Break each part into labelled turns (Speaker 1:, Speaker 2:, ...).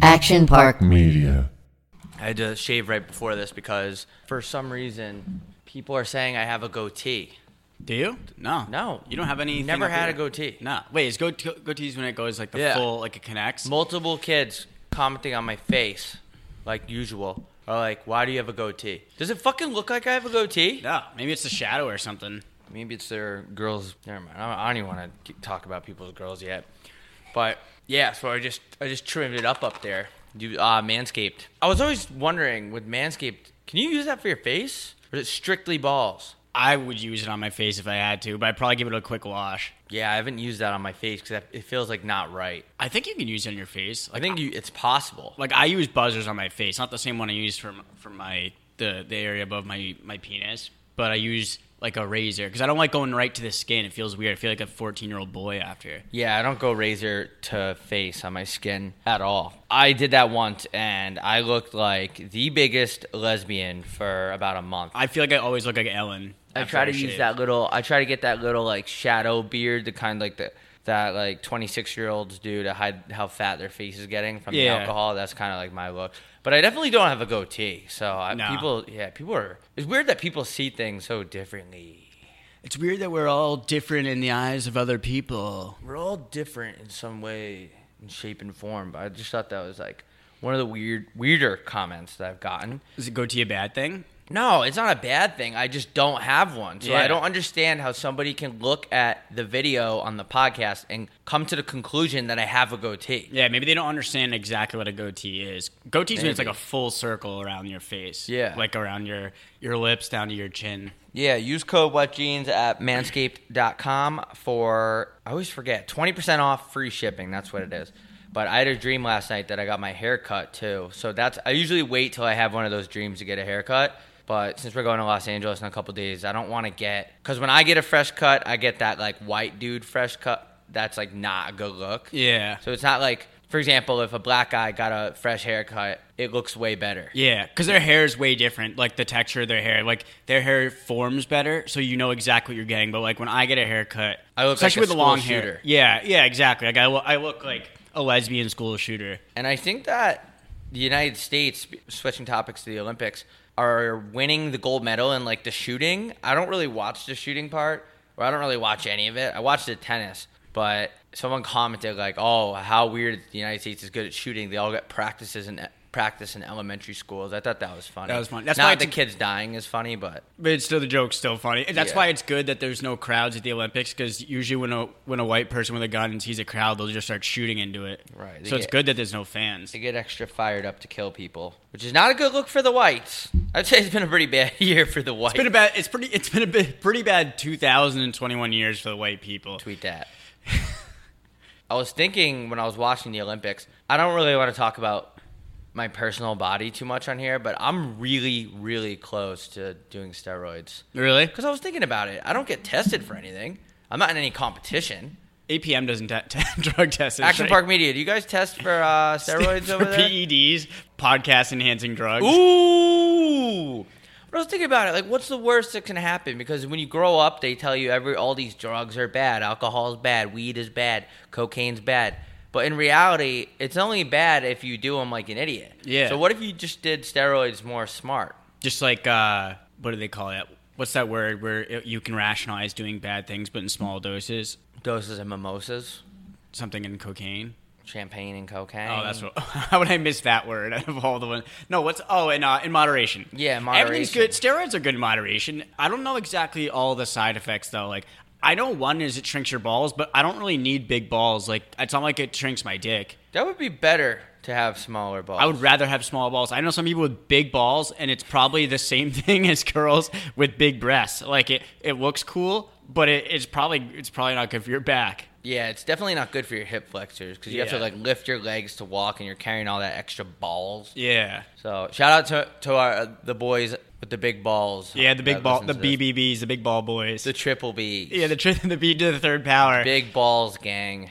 Speaker 1: Action Park
Speaker 2: Media.
Speaker 3: I had to shave right before this because for some reason people are saying I have a goatee.
Speaker 4: Do you? No.
Speaker 3: No.
Speaker 4: You don't have any.
Speaker 3: Never had a goatee.
Speaker 4: No. Wait, is go- goatees when it goes like the
Speaker 3: Yeah.
Speaker 4: full, like it connects?
Speaker 3: Multiple kids commenting on my face, like usual, are like, "Why do you have a goatee? Does it fucking look like I have a goatee?"
Speaker 4: no. Maybe it's the shadow or something.
Speaker 3: Maybe it's their girls. Never mind. I don't, I don't even want to talk about people's girls yet. But yeah, so I just I just trimmed it up up there. Do uh, manscaped. I was always wondering with manscaped, can you use that for your face, or is it strictly balls?
Speaker 4: I would use it on my face if I had to, but I'd probably give it a quick wash.
Speaker 3: Yeah, I haven't used that on my face because it feels like not right.
Speaker 4: I think you can use it on your face.
Speaker 3: I
Speaker 4: Like,
Speaker 3: think you, it's possible.
Speaker 4: like I use buzzers on my face, not the same one I use for m- for my the the area above my my penis, but I use like a razor because I don't like going right to the skin. It feels weird. I feel like a fourteen year old boy after.
Speaker 3: Yeah, I don't go razor to face on my skin at all. I did that once and I looked like the biggest lesbian for about a month.
Speaker 4: I feel like I always look like Ellen.
Speaker 3: I
Speaker 4: after
Speaker 3: try to
Speaker 4: shave.
Speaker 3: use that little. I try to get that little like shadow beard, the kind like the that like twenty six year olds do to hide how fat their face is getting from
Speaker 4: Yeah.
Speaker 3: the alcohol. That's kind of like my look. But I definitely don't have a goatee, so I,
Speaker 4: No.
Speaker 3: people, yeah, people are. It's weird that people see things so differently.
Speaker 4: It's weird that we're all different in the eyes of other people.
Speaker 3: We're all different in some way, in shape and form. But I just thought that was like one of the weird, weirder comments that I've gotten.
Speaker 4: Is it goatee a bad thing?
Speaker 3: No, it's not a bad thing. I just don't have one. So
Speaker 4: Yeah.
Speaker 3: I don't understand how somebody can look at the video on the podcast and come to the conclusion that I have a goatee.
Speaker 4: Yeah, maybe they don't understand exactly what a goatee is. Goatees mean it's like
Speaker 3: Maybe.
Speaker 4: a full circle around your face.
Speaker 3: Yeah.
Speaker 4: Like around your your lips down to your chin.
Speaker 3: Yeah, use code WetJeans at manscaped.com for, I always forget, 20% off free shipping. That's what it is. But I had a dream last night that I got my hair cut too. So that's, I usually wait till I have one of those dreams to get a haircut. But since we're going to Los Angeles in a couple days, I don't want to get, because when I get a fresh cut, I get that like white dude fresh cut. That's like not a good look.
Speaker 4: Yeah.
Speaker 3: So it's not like, for example, if a black guy got a fresh haircut, it looks way better.
Speaker 4: Yeah, because their hair is way different. Like the texture of their hair, like their hair forms better, so you know exactly what you're getting. But like when I get a haircut,
Speaker 3: I look like
Speaker 4: especially
Speaker 3: a
Speaker 4: with the long
Speaker 3: school
Speaker 4: hair.
Speaker 3: shooter.
Speaker 4: Yeah, yeah, exactly. Like I, lo- I look like a lesbian school shooter.
Speaker 3: And I think that the United States, switching topics to the Olympics, are winning the gold medal in like the shooting. I don't really watch the shooting part, or I don't really watch any of it. I watch the tennis, but someone commented like, "Oh, how weird the United States is good at shooting. They all get practices and practice in elementary schools." I thought that was funny.
Speaker 4: That was funny. That's why
Speaker 3: not
Speaker 4: it's
Speaker 3: the
Speaker 4: a-
Speaker 3: kids dying is funny, but
Speaker 4: But it's still the joke's still funny. That's
Speaker 3: Yeah.
Speaker 4: why it's good that there's no crowds at the Olympics because usually when a when a white person with a gun sees a crowd, they'll just start shooting into it.
Speaker 3: Right, they
Speaker 4: So it's
Speaker 3: get-
Speaker 4: good that there's no fans.
Speaker 3: they get extra fired up to kill people, which is not a good look for the whites. I'd say it's been a pretty bad year for the whites.
Speaker 4: It's been a bad. It's pretty. It's been a bit, pretty bad. 2021 years for the white people.
Speaker 3: tweet that. I was thinking when I was watching the Olympics, I don't really want to talk about my personal body too much on here, but I'm really, really close to doing steroids.
Speaker 4: Really?
Speaker 3: Because I was thinking about it. I don't get tested for anything, I'm not in any competition.
Speaker 4: APM doesn't t- drug test.
Speaker 3: Action
Speaker 4: right?
Speaker 3: Park Media, do you guys test for uh, steroids
Speaker 4: for E
Speaker 3: over there?
Speaker 4: PEDs, podcast enhancing drugs.
Speaker 3: Ooh. But I was thinking about it, like, what's the worst that can happen? Because when you grow up, they tell you every all these drugs are bad, alcohol is bad, weed is bad, cocaine's bad. But in reality, it's only bad if you do them like an idiot.
Speaker 4: Yeah.
Speaker 3: So what if you just did steroids more smart?
Speaker 4: Just like uh, what do they call it? What's that word where it, you can rationalize doing bad things but in small doses?
Speaker 3: Doses of mimosas,
Speaker 4: Something in cocaine.
Speaker 3: champagne and cocaine.
Speaker 4: Oh, that's what. How would I miss that word out of all the ones? No, what's oh, in uh, in moderation.
Speaker 3: Yeah,
Speaker 4: Everything's good. Steroids are good in moderation. I don't know exactly all the side effects though. Like I know one is it shrinks your balls, but I don't really need big balls. Like it's not like it shrinks my dick.
Speaker 3: That would be better to have smaller balls.
Speaker 4: I would rather have small balls. I know some people with big balls, and it's probably the same thing as girls with big breasts. Like it, it looks cool, but it, it's probably it's probably not good for your back.
Speaker 3: Yeah, it's definitely not good for your hip flexors because you have to
Speaker 4: Yeah.
Speaker 3: like lift your legs to walk, and you're carrying all that extra balls.
Speaker 4: Yeah.
Speaker 3: So shout out to to our uh, the boys with the big balls.
Speaker 4: Yeah, the big
Speaker 3: that
Speaker 4: ball,
Speaker 3: listen
Speaker 4: the
Speaker 3: to this.
Speaker 4: BBBs, the big ball boys.
Speaker 3: the triple B.
Speaker 4: yeah, the tr- the B to the third power.
Speaker 3: big balls gang.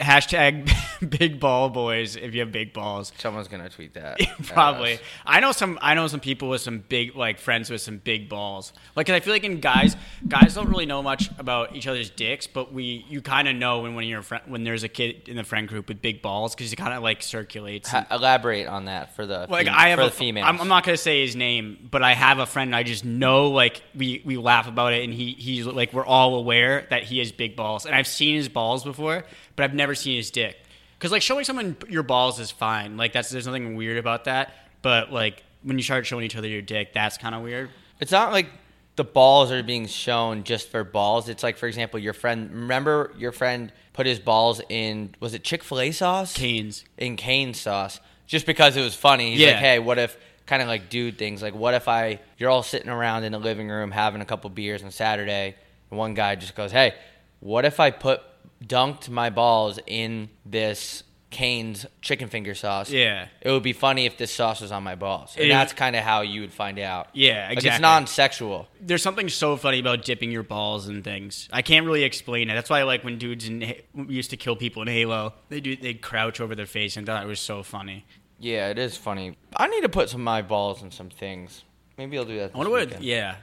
Speaker 4: Hashtag big ball boys if you have big balls.
Speaker 3: Someone's gonna tweet that. at us.
Speaker 4: Probably. I know some. I know some people with some big, like friends with some big balls. Like, 'cause I feel like in guys, guys don't really know much about each other's dicks, but we, you kind of know when when you're a friend, when there's a kid in the friend group with big balls, because it kind of like circulates.
Speaker 3: Ha- elaborate on that for the
Speaker 4: like
Speaker 3: fem-
Speaker 4: I have
Speaker 3: for
Speaker 4: a
Speaker 3: the females.
Speaker 4: I'm, I'm not gonna say his name, but I have a friend. I just know like we we laugh about it, and he he's like we're all aware that he has big balls, and I've seen his balls before, but I've never seen his dick. Because like showing someone your balls is fine. Like that's there's nothing weird about that. But like when you start showing each other your dick, that's kind of weird.
Speaker 3: it's not like the balls are being shown just for balls. It's like, for example, your friend. Remember, your friend put his balls in was it Chick Fil A sauce?
Speaker 4: Canes.
Speaker 3: in cane sauce just because it was funny. He's like,
Speaker 4: Yeah.
Speaker 3: hey, what if kind of like dude things like what if I you're all sitting around in the living room having a couple beers on Saturday and one guy just goes, hey, what if I put dunked my balls in this Cane's chicken finger sauce?
Speaker 4: Yeah.
Speaker 3: It would be funny if this sauce was on my balls. And
Speaker 4: It-
Speaker 3: that's kind of how you would find out.
Speaker 4: Yeah,
Speaker 3: Like, it's
Speaker 4: exactly.
Speaker 3: non-sexual.
Speaker 4: there's something so funny about dipping your balls in things. I can't really explain it. That's why like when dudes in Ha- we used to kill people in Halo, they do they crouch over their face, and I thought it was so funny.
Speaker 3: Yeah, it is funny. I need to put some of my balls in some things. Maybe I'll do that.
Speaker 4: I wonder what. Yeah,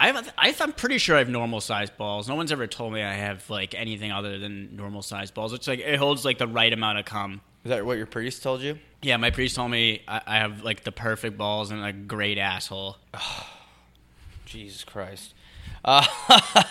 Speaker 4: I have, I th- I'm pretty sure I have normal sized balls. No one's ever told me I have like anything other than normal sized balls. It's like it holds like the right amount of cum.
Speaker 3: Is that what your priest told you?
Speaker 4: Yeah, my priest told me I, I have like the perfect balls and a great asshole.
Speaker 3: Jesus Christ. Uh,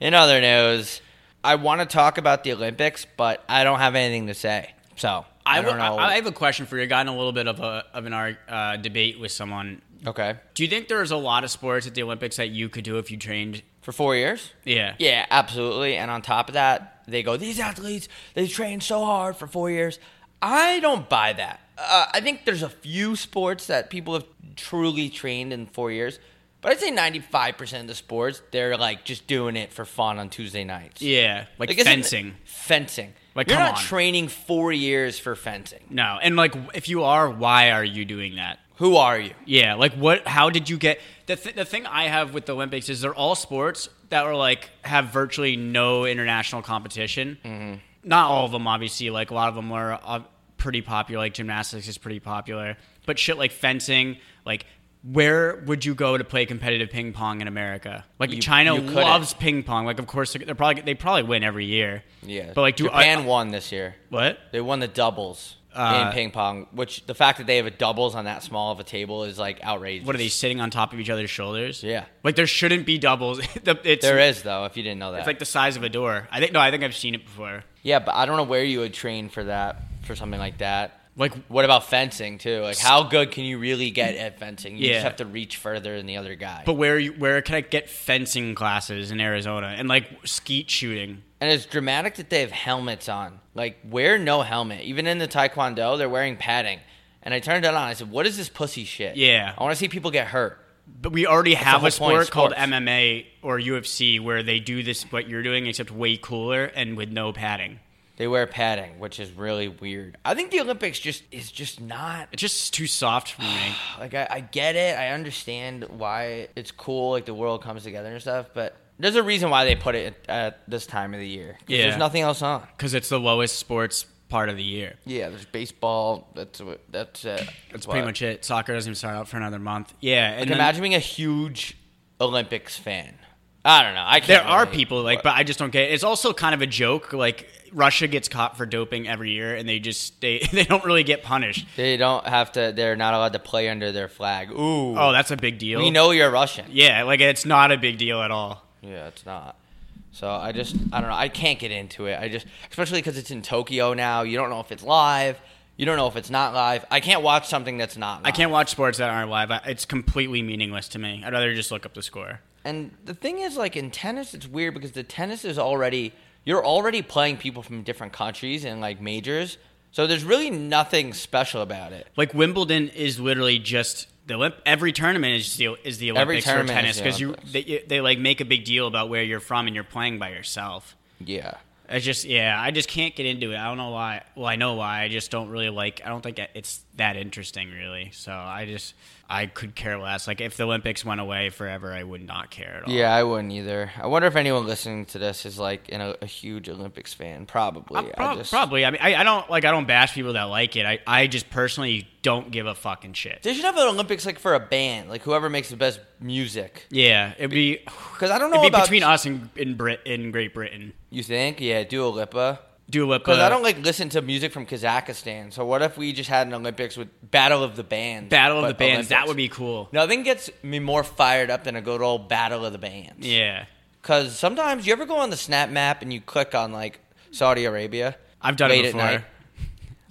Speaker 3: in other news, I want to talk about the Olympics, but I don't have anything to say. So I,
Speaker 4: I
Speaker 3: don't
Speaker 4: wa-
Speaker 3: know.
Speaker 4: I- I have a question for you. I got in a little bit of a of an arg- uh, debate with someone.
Speaker 3: okay.
Speaker 4: Do you think there's a lot of sports at the Olympics that you could do if you trained?
Speaker 3: For four years?
Speaker 4: Yeah.
Speaker 3: Yeah, absolutely. And on top of that, they go, these athletes, they train so hard for four years. I don't buy that. Uh, I think there's a few sports that people have truly trained in four years, but I'd say 95% of the sports, they're like just doing it for fun on Tuesday nights.
Speaker 4: Yeah. Like,
Speaker 3: isn't-
Speaker 4: fencing.
Speaker 3: Fencing.
Speaker 4: Like,
Speaker 3: You're
Speaker 4: come
Speaker 3: not
Speaker 4: on.
Speaker 3: training four years for fencing.
Speaker 4: No. And like if you are, why are you doing that?
Speaker 3: Who are you?
Speaker 4: Yeah, like what? How did you get the th- the thing I have with the Olympics is they're all sports that are like have virtually no international competition. Mm-hmm. Not all of them, obviously. Like a lot of them are uh, pretty popular. Like gymnastics is pretty popular, but shit like fencing, like. Where would you go to play competitive ping pong in America? Like China
Speaker 3: you couldn't.
Speaker 4: loves ping pong. Like of course they're probably they probably win every year.
Speaker 3: Yeah.
Speaker 4: but like do
Speaker 3: Japan
Speaker 4: I,
Speaker 3: won this year.
Speaker 4: what?
Speaker 3: They won the doubles
Speaker 4: Uh,
Speaker 3: in ping pong, which the fact that they have a doubles on that small of a table is like outrageous.
Speaker 4: What are they sitting on top of each other's shoulders?
Speaker 3: Yeah.
Speaker 4: like there shouldn't be doubles. The- it's,
Speaker 3: There is though, if you didn't know that.
Speaker 4: It's like the size of a door. I think no, I think I've seen it before.
Speaker 3: yeah, but I don't know where you would train for that for something like that.
Speaker 4: Like
Speaker 3: What about fencing too? Like how good can you really get at fencing? You
Speaker 4: Yeah.
Speaker 3: just have to reach further than the other guy.
Speaker 4: but where you, where can I get fencing classes in Arizona and like skeet shooting?
Speaker 3: and it's dramatic that they have helmets on. Like wear no helmet. Even in the taekwondo, they're wearing padding. And I turned it on. I said, "What is this pussy shit?
Speaker 4: Yeah.
Speaker 3: I want to see people get hurt."
Speaker 4: But we already have
Speaker 3: the
Speaker 4: a
Speaker 3: whole point,
Speaker 4: sport called
Speaker 3: sports.
Speaker 4: MMA or UFC where they do this what you're doing except way cooler and with no padding.
Speaker 3: They wear padding, which is really weird. I think the Olympics just is just not
Speaker 4: It's just too soft for me.
Speaker 3: like I, I get it. I understand why it's cool, like the world comes together and stuff. But there's a reason why they put it at, at this time of the year. 'Cause
Speaker 4: Yeah.
Speaker 3: there's nothing else on.
Speaker 4: Because it's the lowest sports part of the year.
Speaker 3: Yeah, there's baseball. That's what. That's it.
Speaker 4: That's pretty much it. Soccer doesn't even start out for another month. Yeah, and
Speaker 3: Like,
Speaker 4: then
Speaker 3: imagine being a huge Olympics fan. I don't know. I can't
Speaker 4: there are
Speaker 3: really-
Speaker 4: people like, but I just don't get. It. It's also kind of a joke. Like Russia gets caught for doping every year, and they just they they don't really get punished.
Speaker 3: they don't have to. They're not allowed to play under their flag. Ooh,
Speaker 4: Oh, that's a big deal.
Speaker 3: we know you're Russian.
Speaker 4: Yeah, like it's not a big deal at all.
Speaker 3: Yeah, it's not. So I just I don't know. I can't get into it. I just especially because it's in Tokyo now. You don't know if it's live. You don't know if it's not live. I can't watch something that's not. Live.
Speaker 4: I can't watch sports that aren't live. I- It's completely meaningless to me. I'd rather just look up the score.
Speaker 3: And the thing is, like in tennis, it's weird because the tennis is already you're already playing people from different countries and like majors. So there's really nothing special about it.
Speaker 4: Like Wimbledon is literally just the Olymp- every tournament is the, is the
Speaker 3: Every
Speaker 4: Olympics for
Speaker 3: tournament is
Speaker 4: tennis
Speaker 3: the
Speaker 4: because you
Speaker 3: Olympics.
Speaker 4: they, they like make a big deal about where you're from and you're playing by yourself.
Speaker 3: Yeah.
Speaker 4: I just yeah, I just can't get into it. I don't know why. Well, I know why. I just don't really like. I don't think it's that interesting, really. So I just I could care less. Like if the Olympics went away forever, I would not care at all.
Speaker 3: Yeah, I wouldn't either. I wonder if anyone listening to this is like in a, a huge Olympics fan. Probably.
Speaker 4: I'm Uh, prob-
Speaker 3: I just,
Speaker 4: probably. I mean, I, I don't like. I don't bash people that like it. I I just personally don't give a fucking shit.
Speaker 3: They should have an Olympics like for a band, like whoever makes the best music.
Speaker 4: Yeah, it'd be
Speaker 3: Because I don't know
Speaker 4: it'd be
Speaker 3: about
Speaker 4: between us and in Brit in Great Britain.
Speaker 3: You think? Yeah, Dua
Speaker 4: Uh,
Speaker 3: Lipa.
Speaker 4: Dua Lipa.
Speaker 3: Because I don't like listen to music from Kazakhstan. So what if we just had an Olympics with Battle of the Bands?
Speaker 4: Battle of
Speaker 3: but
Speaker 4: the bands. That
Speaker 3: Olympics?
Speaker 4: would be cool.
Speaker 3: Nothing gets me more fired up than a good old Battle of the Bands.
Speaker 4: Yeah,
Speaker 3: Because sometimes you ever go on the Snap Map and you click on like Saudi Arabia.
Speaker 4: I've done
Speaker 3: late at
Speaker 4: it before.
Speaker 3: night?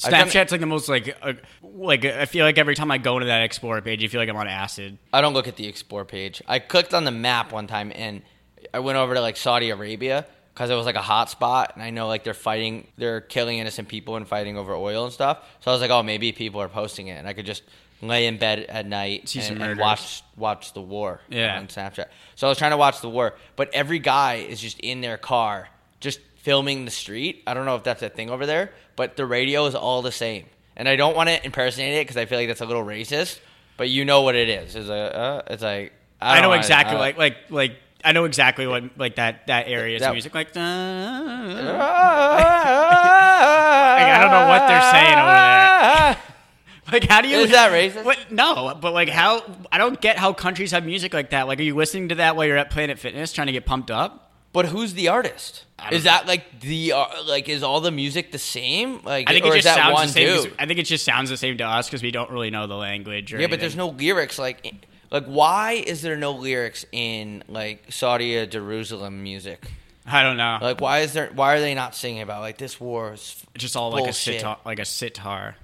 Speaker 3: I've done-
Speaker 4: Snapchat's like the most like uh, like I feel like every time I go into that Explorer page, I feel like I'm on acid.
Speaker 3: I don't look at the explore page. I clicked on the map one time and I went over to like Saudi Arabia because it was like a hot spot and I know like they're fighting, they're killing innocent people and fighting over oil and stuff. So I was like, oh, maybe people are posting it and I could just lay in bed at night
Speaker 4: See some
Speaker 3: and, and
Speaker 4: murders.
Speaker 3: watch watch the war
Speaker 4: Yeah.
Speaker 3: on Snapchat. So I was trying to watch the war, but every guy is just in their car just filming the street. I don't know if that's a thing over there, but the radio is all the same. And I don't want to impersonate it because I feel like that's a little racist. But you know what it is. It's like, uh, it's like
Speaker 4: I, know
Speaker 3: don't wanna-
Speaker 4: exactly
Speaker 3: uh,
Speaker 4: like like like I know exactly what like that that area's
Speaker 3: That-
Speaker 4: music like. Uh,
Speaker 3: I
Speaker 4: don't know what they're saying over like how do you
Speaker 3: Is that racist?
Speaker 4: What, no, but like how I don't get how countries have music like that. Like, are you listening to that while you're at Planet Fitness trying to get pumped up?
Speaker 3: But who's the artist?
Speaker 4: don't
Speaker 3: Is that like the uh, like is all the music the same? Like
Speaker 4: I think
Speaker 3: or
Speaker 4: it
Speaker 3: is
Speaker 4: just
Speaker 3: that
Speaker 4: sounds
Speaker 3: one
Speaker 4: the same.
Speaker 3: dude?
Speaker 4: I think it just sounds the same to us because we don't really know the language. Or
Speaker 3: Yeah, but there's
Speaker 4: anything.
Speaker 3: no lyrics. Like, i- like why is there no lyrics in like Saudi or Jerusalem music?
Speaker 4: I don't know.
Speaker 3: Like, why is there? Why are they not singing about like this war? Is f-
Speaker 4: just all like
Speaker 3: bullshit.
Speaker 4: a sitar, like a sitar.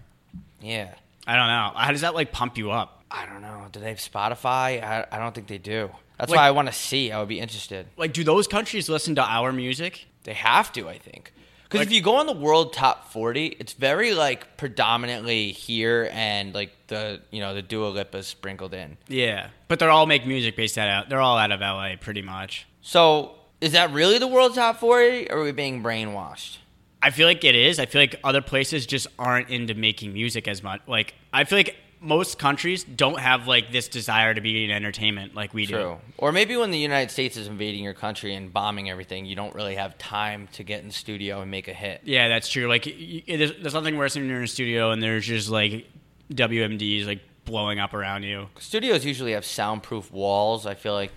Speaker 3: yeah,
Speaker 4: I don't know. How does that like pump you up?
Speaker 3: I don't know. Do they have Spotify? I, I don't think they do. That's
Speaker 4: Like-
Speaker 3: why I want to see. I would be interested.
Speaker 4: Like, do those countries listen to our music?
Speaker 3: They have to, I think. Because
Speaker 4: Like-
Speaker 3: if you go on the world top forty, it's very like predominantly here and like the you know the Dua Lipa sprinkled in.
Speaker 4: Yeah, but they're all make music based out. They're all out of LA, pretty much.
Speaker 3: So is that really the world top forty? Or are we being brainwashed?
Speaker 4: I feel like it is. I feel like other places just aren't into making music as much. Like, I feel like most countries don't have like this desire to be in entertainment like we do.
Speaker 3: True. Or maybe when the United States is invading your country and bombing everything, you don't really have time to get in the studio and make a hit.
Speaker 4: Yeah, that's true. Like, y- y- there's, there's nothing worse than you're in a studio and there's just like WMDs like blowing up around you.
Speaker 3: Studios usually have soundproof walls. I feel like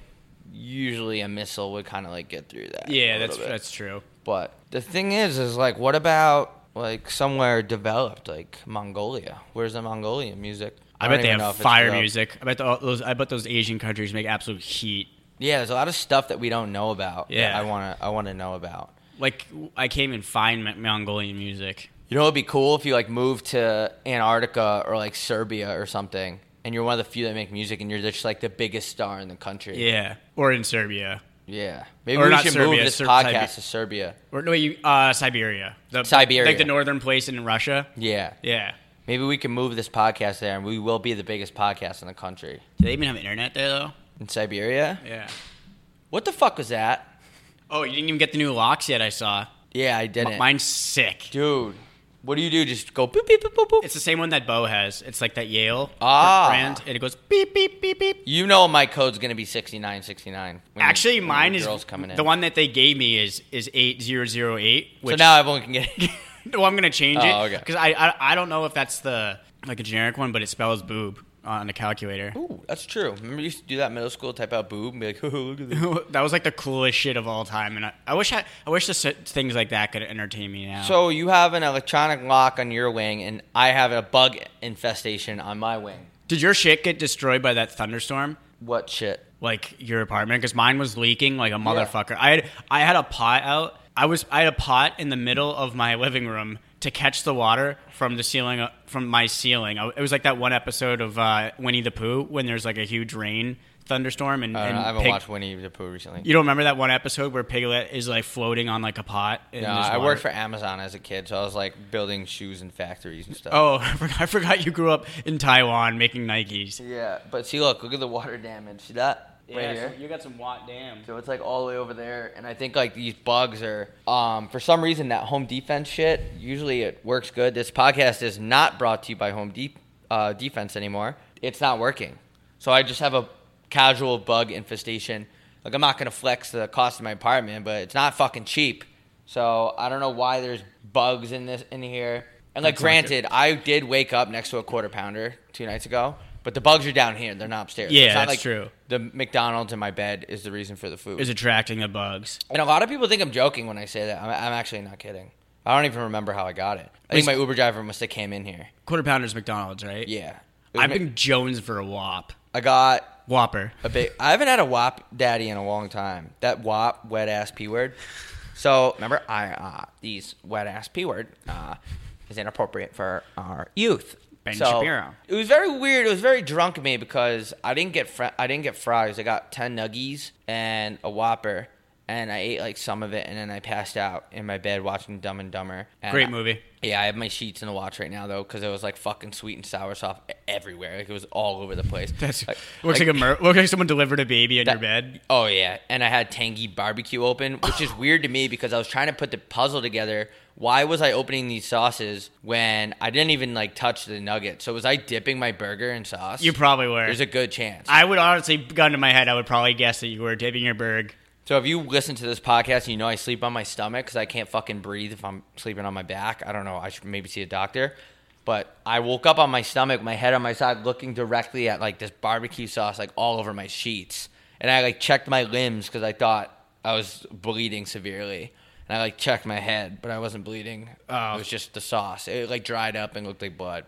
Speaker 3: usually a missile would kind of like get through that.
Speaker 4: Yeah,
Speaker 3: a
Speaker 4: that's
Speaker 3: little bit.
Speaker 4: that's true.
Speaker 3: But the thing is, is like, what about like somewhere developed, like Mongolia? Where's the Mongolian music?
Speaker 4: I,
Speaker 3: don't
Speaker 4: bet they
Speaker 3: even know
Speaker 4: have
Speaker 3: if it's
Speaker 4: fire
Speaker 3: developed.
Speaker 4: music. I bet the, those. I bet those Asian countries make absolute heat.
Speaker 3: Yeah, there's a lot of stuff that we don't know about. that
Speaker 4: Yeah.
Speaker 3: I wanna, I wanna know about.
Speaker 4: Like I can't even find Mon- Mongolian music.
Speaker 3: You know, it'd be cool if you like moved to Antarctica or like Serbia or something, and you're one of the few that make music, and you're just like the biggest star in the country.
Speaker 4: Yeah, or in Serbia,
Speaker 3: Yeah. Maybe
Speaker 4: Or
Speaker 3: we
Speaker 4: not
Speaker 3: should move
Speaker 4: Serbia,
Speaker 3: this
Speaker 4: Ser-
Speaker 3: podcast
Speaker 4: Siberia.
Speaker 3: to Serbia.
Speaker 4: or no, you uh, Siberia, the,
Speaker 3: Siberia.
Speaker 4: like the northern place in Russia.
Speaker 3: Yeah.
Speaker 4: Yeah.
Speaker 3: Maybe we can move this podcast there, and we will be the biggest podcast in the country.
Speaker 4: Do they even have internet there though?
Speaker 3: In Siberia?
Speaker 4: Yeah.
Speaker 3: What the fuck was that?
Speaker 4: Oh, you didn't even get the new locks yet. I saw.
Speaker 3: Yeah, I
Speaker 4: M-
Speaker 3: didn't.
Speaker 4: mine's sick.
Speaker 3: Dude, what do you do? Just go boop, beep, boop, boop, boop.
Speaker 4: It's the same one that Bo has. It's like that Yale
Speaker 3: Ah. Mm.
Speaker 4: brand, and it goes beep beep beep beep.
Speaker 3: you know my code's going to be 6969. when
Speaker 4: Actually,
Speaker 3: you- when
Speaker 4: mine
Speaker 3: the
Speaker 4: is
Speaker 3: Mm, girl's coming in.
Speaker 4: the one that they gave me is is eight zero zero eight.
Speaker 3: So now everyone can get
Speaker 4: No, I'm gonna change
Speaker 3: Oh,
Speaker 4: it
Speaker 3: okay.
Speaker 4: because I, I I don't know if that's the like a generic one, but it spells boob on the calculator.
Speaker 3: Ooh, that's true. Remember you used to do that in middle school, type out boob and be like, oh, look at this.
Speaker 4: that was like the coolest shit of all time, and I, I wish I I wish the s- things like that could entertain me now.
Speaker 3: So you have an electronic lock on your wing, and I have a bug infestation on my wing.
Speaker 4: did your shit get destroyed by that thunderstorm?
Speaker 3: What shit?
Speaker 4: Like your apartment? Because mine was leaking like a motherfucker. I had I had a pot out. I was I had a pot in the middle of my living room to catch the water from the ceiling uh, from my ceiling. I, it was like that one episode of uh, Winnie the Pooh when there's like a huge rain thunderstorm and,
Speaker 3: I, don't
Speaker 4: and
Speaker 3: know, Uh, I haven't
Speaker 4: pig-
Speaker 3: watched Winnie the Pooh recently.
Speaker 4: You don't remember that one episode where Piglet is like floating on like a pot? In
Speaker 3: No,
Speaker 4: this
Speaker 3: I
Speaker 4: water?
Speaker 3: worked for Amazon as a kid, so I was like building shoes and factories and stuff.
Speaker 4: Oh, I forgot, I forgot you grew up in Taiwan making Nikes.
Speaker 3: Yeah, but see, look, look at the water damage. See that? right here.
Speaker 4: you got some Watt Dam.
Speaker 3: So it's like all the way over there, and I think like these bugs are, um, for some reason that home defense shit. Usually it works good. This podcast is not brought to you by Home Deep uh, Defense anymore. It's not working. So I just have a casual bug infestation. Like I'm not gonna flex the cost of my apartment, but it's not fucking cheap. So I don't know why there's bugs in this in here. And like,
Speaker 4: That's not
Speaker 3: granted, I did wake up next to a quarter pounder two nights ago, but the bugs are down here. They're not upstairs.
Speaker 4: Yeah,
Speaker 3: It's not
Speaker 4: that's
Speaker 3: like
Speaker 4: true.
Speaker 3: The McDonald's in my bed is the reason for the food.
Speaker 4: Is attracting the bugs.
Speaker 3: And a lot of people think I'm joking when I say that. I'm, I'm actually not kidding. I don't even remember how I got it. I think my Uber driver must have came in here.
Speaker 4: Quarter pounders McDonald's, right?
Speaker 3: Yeah, It was
Speaker 4: I've
Speaker 3: ma-
Speaker 4: been Jones for a Whop.
Speaker 3: I got
Speaker 4: Whopper.
Speaker 3: a big. I haven't had a WAP daddy in a long time. That WAP wet ass p word. So remember, I uh, these wet ass p word uh, is inappropriate for our youth.
Speaker 4: Ben
Speaker 3: So,
Speaker 4: Shapiro.
Speaker 3: It was very weird. It was very drunk of me because I didn't get fr- I didn't get fries. I got ten nuggies and a Whopper, and I ate like some of it, and then I passed out in my bed watching Dumb and Dumber. And
Speaker 4: Great
Speaker 3: I-
Speaker 4: movie.
Speaker 3: yeah, I have my sheets in the watch right now though, because it was like fucking sweet and sour sauce everywhere. Like it was all over the place.
Speaker 4: That's
Speaker 3: Like-
Speaker 4: looks like, a mur- looks like someone delivered a baby in your bed.
Speaker 3: Oh yeah, and I had Tangy barbecue open, which is weird to me because I was trying to put the puzzle together. Why was I opening these sauces when I didn't even like touch the nugget? So was I dipping my burger in sauce?
Speaker 4: You probably were.
Speaker 3: There's a good chance.
Speaker 4: I would honestly, gun to my head, I would probably guess that you were dipping your burg.
Speaker 3: so if you listen to this podcast and you know I sleep on my stomach because I can't fucking breathe if I'm sleeping on my back, I don't know. I should maybe see a doctor. But I woke up on my stomach, my head on my side, looking directly at like this barbecue sauce like all over my sheets, and I like checked my limbs because I thought I was bleeding severely. And I like checked my head, but I wasn't bleeding.
Speaker 4: Oh.
Speaker 3: It was just the sauce. It like dried up and looked like blood.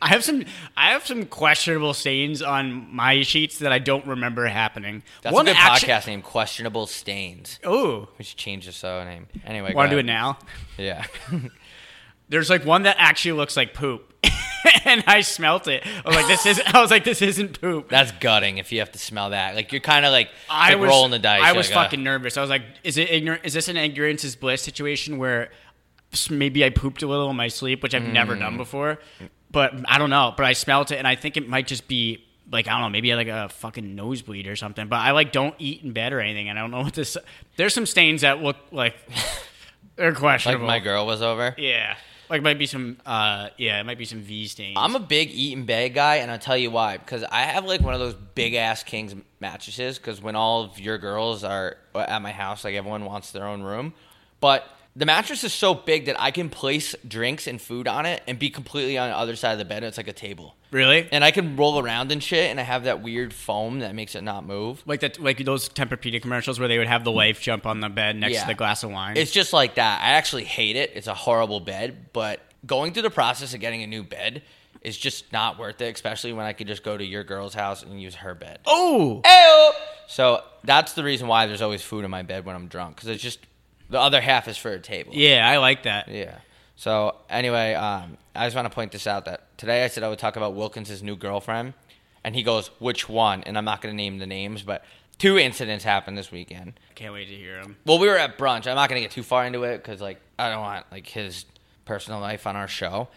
Speaker 4: I have some, I have some questionable stains on my sheets that I don't remember happening.
Speaker 3: That's a good podcast name, Questionable Stains.
Speaker 4: Oh,
Speaker 3: We should change the show name. Anyway, go
Speaker 4: want to do
Speaker 3: ahead.
Speaker 4: it now?
Speaker 3: Yeah.
Speaker 4: There's like one that actually looks like poop, and I smelt it. I was like, this is. I was like, this isn't poop.
Speaker 3: That's gutting if you have to smell that. Like you're kind of like,
Speaker 4: I
Speaker 3: like
Speaker 4: was
Speaker 3: rolling the dice.
Speaker 4: I
Speaker 3: You're
Speaker 4: was
Speaker 3: like, uh,
Speaker 4: fucking nervous. I was like, is it ignorant? Is this an ignorance is bliss situation where s- maybe I pooped a little in my sleep, which I've never
Speaker 3: Mm.
Speaker 4: done before, but I don't know. But I smelt it, and I think it might just be. Like I don't know, maybe like a fucking nosebleed or something. But I like don't eat in bed or anything, and I don't know what this. There's some stains that look like they're
Speaker 3: like
Speaker 4: questionable.
Speaker 3: my girl was over.
Speaker 4: Yeah. Like might be some uh yeah, it might be some V stains.
Speaker 3: I'm a big eat and bed guy, and I'll tell you why. Because I have like one of those big ass kings mattresses. Because when all of your girls are at my house, like everyone wants their own room, but the mattress is so big that I can place drinks and food on it and be completely on the other side of the bed. And it's like a table,
Speaker 4: really?
Speaker 3: and I can roll around and shit. And I have that weird foam that makes it not move.
Speaker 4: like that like those Tempur-Pedic commercials where they would have the wife jump on the bed
Speaker 3: Mm.
Speaker 4: next
Speaker 3: Yeah.
Speaker 4: to the glass of wine.
Speaker 3: It's just like that. I actually hate it. It's a horrible bed, but going through the process of getting a new bed is just not worth it, especially when I could just go to your girl's house and use her bed.
Speaker 4: oh.
Speaker 3: Ayo! So that's the reason why there's always food in my bed when I'm drunk, because it's just the other half is for a table.
Speaker 4: Yeah, I like that.
Speaker 3: Yeah. So anyway, um, I just want to point this out that today I said I would talk about Wilkins' new girlfriend, and he goes, "Which one?" And I'm not going to name the names, but two incidents happened this weekend.
Speaker 4: Can't wait to hear him.
Speaker 3: Well, we were at brunch. I'm not gonna get too far into it because like I don't want like his personal life on our show.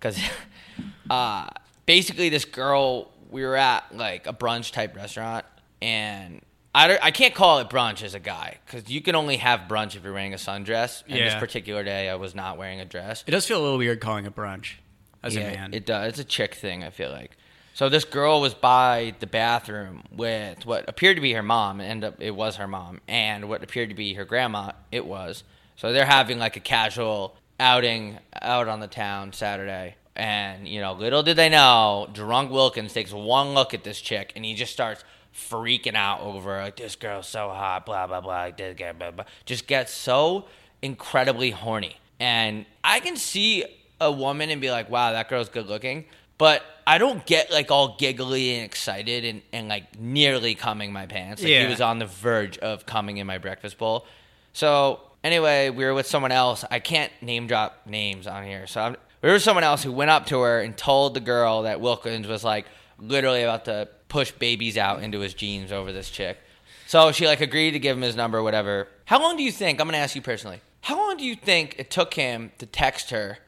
Speaker 3: Because uh, basically, this girl we were at like a brunch type restaurant, and I don't, I can't call it brunch as a guy because you can only have brunch if you're wearing a sundress. And this
Speaker 4: Yeah.
Speaker 3: particular day, I was not wearing a dress.
Speaker 4: It does feel a little weird calling it brunch as a man.
Speaker 3: It does. It's a chick thing, I feel like. So this girl was by the bathroom with what appeared to be her mom, and up it was her mom, and what appeared to be her grandma, it was. So they're having like a casual outing out on the town Saturday. And, you know, little did they know, drunk Wilkins takes one look at this chick and he just starts freaking out over her, like this girl's so hot, blah blah blah, like, this guy, blah blah. Just gets so incredibly horny, and I can see a woman and be like, wow, that girl's good looking, but I don't get like all giggly and excited and, and like nearly coming my pants. Like he
Speaker 4: Yeah.
Speaker 3: was on the verge of coming in my breakfast bowl. So anyway, we were with someone else. I can't name drop names on here. So I'm, we were with someone else who went up to her and told the girl that Wilkins was like literally about to push babies out into his jeans over this chick. So she like agreed to give him his number, whatever. How long do you think? I'm gonna ask you personally. How long do you think it took him to text her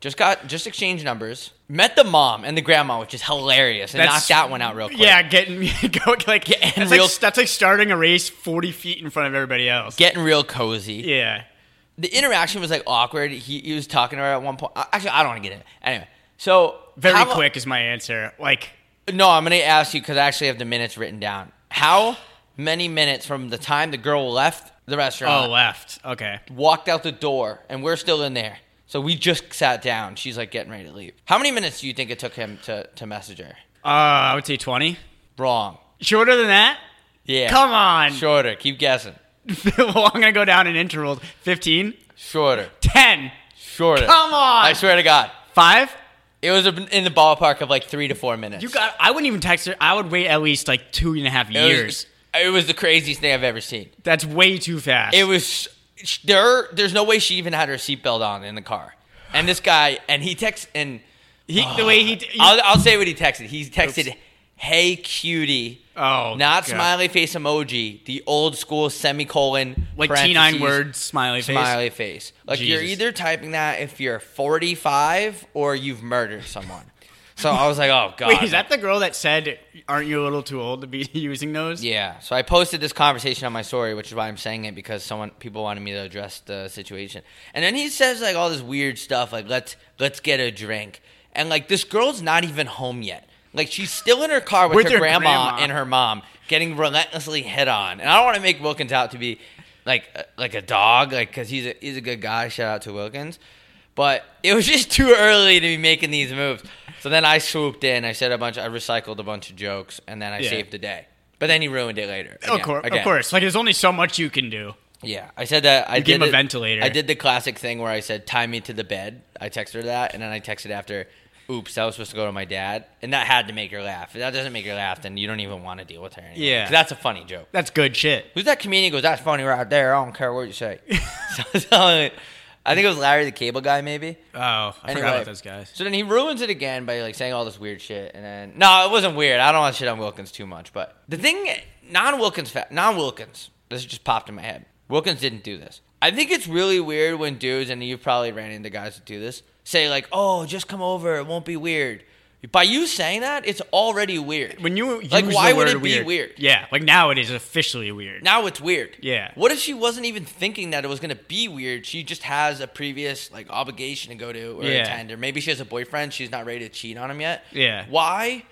Speaker 3: Just got just exchanged numbers. Met the mom and the grandma, which is hilarious, and
Speaker 4: That's-
Speaker 3: knocked that one out real quick.
Speaker 4: Yeah, getting go like
Speaker 3: Yeah, and
Speaker 4: that's,
Speaker 3: real-
Speaker 4: like that's like starting a race forty feet in front of everybody else.
Speaker 3: getting real cozy.
Speaker 4: yeah,
Speaker 3: The interaction was like awkward. He, he was talking to her at one point. I- Actually, I don't want to get it. Anyway, so
Speaker 4: very
Speaker 3: how-
Speaker 4: quick is my answer. Like
Speaker 3: No, I'm going to ask you because I actually have the minutes written down. How many minutes from the time the girl left the
Speaker 4: oh,
Speaker 3: restaurant,
Speaker 4: left. Okay,
Speaker 3: walked out the door, and we're still in there? So we just sat down. She's like getting ready to leave. How many minutes do you think it took him to, to message her?
Speaker 4: uh, I would say twenty.
Speaker 3: Wrong.
Speaker 4: Shorter than that?
Speaker 3: Yeah.
Speaker 4: Come on.
Speaker 3: Shorter. Keep guessing.
Speaker 4: well, I'm gonna go down in intervals. 15?
Speaker 3: Shorter.
Speaker 4: 10?
Speaker 3: Shorter.
Speaker 4: Come on.
Speaker 3: I swear to God.
Speaker 4: Five?
Speaker 3: It was in the ballpark of like three to four minutes.
Speaker 4: You got. I wouldn't even text her. I would wait at least like two and a half
Speaker 3: It was-
Speaker 4: years.
Speaker 3: it was the craziest thing I've ever seen.
Speaker 4: That's way too fast.
Speaker 3: It was there. There's no way she even had her seatbelt on in the car. And this guy, and he texts, and
Speaker 4: he, the way he. he-
Speaker 3: I'll, I'll say what he texted. He texted, "Hey cutie."
Speaker 4: oh,
Speaker 3: Not
Speaker 4: God.
Speaker 3: smiley face emoji, the old school semicolon,
Speaker 4: Like T9
Speaker 3: parentheses,
Speaker 4: word smiley face.
Speaker 3: smiley face. Like you're
Speaker 4: Jesus.
Speaker 3: either typing that if you're 45 or you've murdered someone. so I was like, oh god,
Speaker 4: Wait, is that the girl that said, "Aren't you a little too old to be using those"?
Speaker 3: Yeah. So I posted this conversation on my story, which is why I'm saying it because someone people wanted me to address the situation. And then he says like all this weird stuff like let's let's get a drink. And like this girl's not even home yet. Like she's still in her car with,
Speaker 4: With
Speaker 3: her
Speaker 4: her
Speaker 3: grandma,
Speaker 4: grandma.
Speaker 3: and her mom getting relentlessly hit on. And I don't want to make Wilkins out to be like uh, like a dog like cuz he's a he's a good guy. Shout out to Wilkins. But it was just too early to be making these moves. So then I swooped in. I said a bunch. I recycled a bunch of jokes, and then I
Speaker 4: Yeah.
Speaker 3: saved the day. But then he ruined it later.
Speaker 4: Of
Speaker 3: Again,
Speaker 4: course,
Speaker 3: again.
Speaker 4: of course. Like, there's only so much you can do.
Speaker 3: Yeah, I said that. I
Speaker 4: gave him
Speaker 3: did
Speaker 4: a
Speaker 3: it-
Speaker 4: ventilator.
Speaker 3: I did the classic thing where I said, "Tie me to the bed." I texted her that, and then I texted after, "Oops, I was supposed to go to my dad," and that had to make her laugh. If that doesn't make her laugh, then you don't even want to deal with her. Anymore.
Speaker 4: Yeah.
Speaker 3: that's a funny joke.
Speaker 4: That's good shit.
Speaker 3: Who's that comedian? Goes, "That's funny right there." I don't care what you say. so, so, I think it was Larry the Cable Guy, maybe.
Speaker 4: Oh, I forgot about those guys.
Speaker 3: So then he ruins it again by like saying all this weird shit, and then no, it wasn't weird. I don't want to shit on Wilkins too much, but the thing, non Wilkins, fa- non Wilkins, this just popped in my head. Wilkins didn't do this. I think it's really weird when dudes, and you've probably ran into guys that do this, say like, "Oh, just come over, it won't be weird." By you saying that, it's already weird.
Speaker 4: When you
Speaker 3: like,
Speaker 4: use
Speaker 3: why
Speaker 4: the
Speaker 3: would
Speaker 4: word
Speaker 3: it be weird?
Speaker 4: Yeah, like now it is officially weird.
Speaker 3: Now it's weird.
Speaker 4: Yeah.
Speaker 3: What if she wasn't even thinking that it was going to be weird? She just has a previous like obligation to go to or
Speaker 4: Yeah.
Speaker 3: attend, or maybe she has a boyfriend. She's not ready to cheat on him yet.
Speaker 4: Yeah.
Speaker 3: Why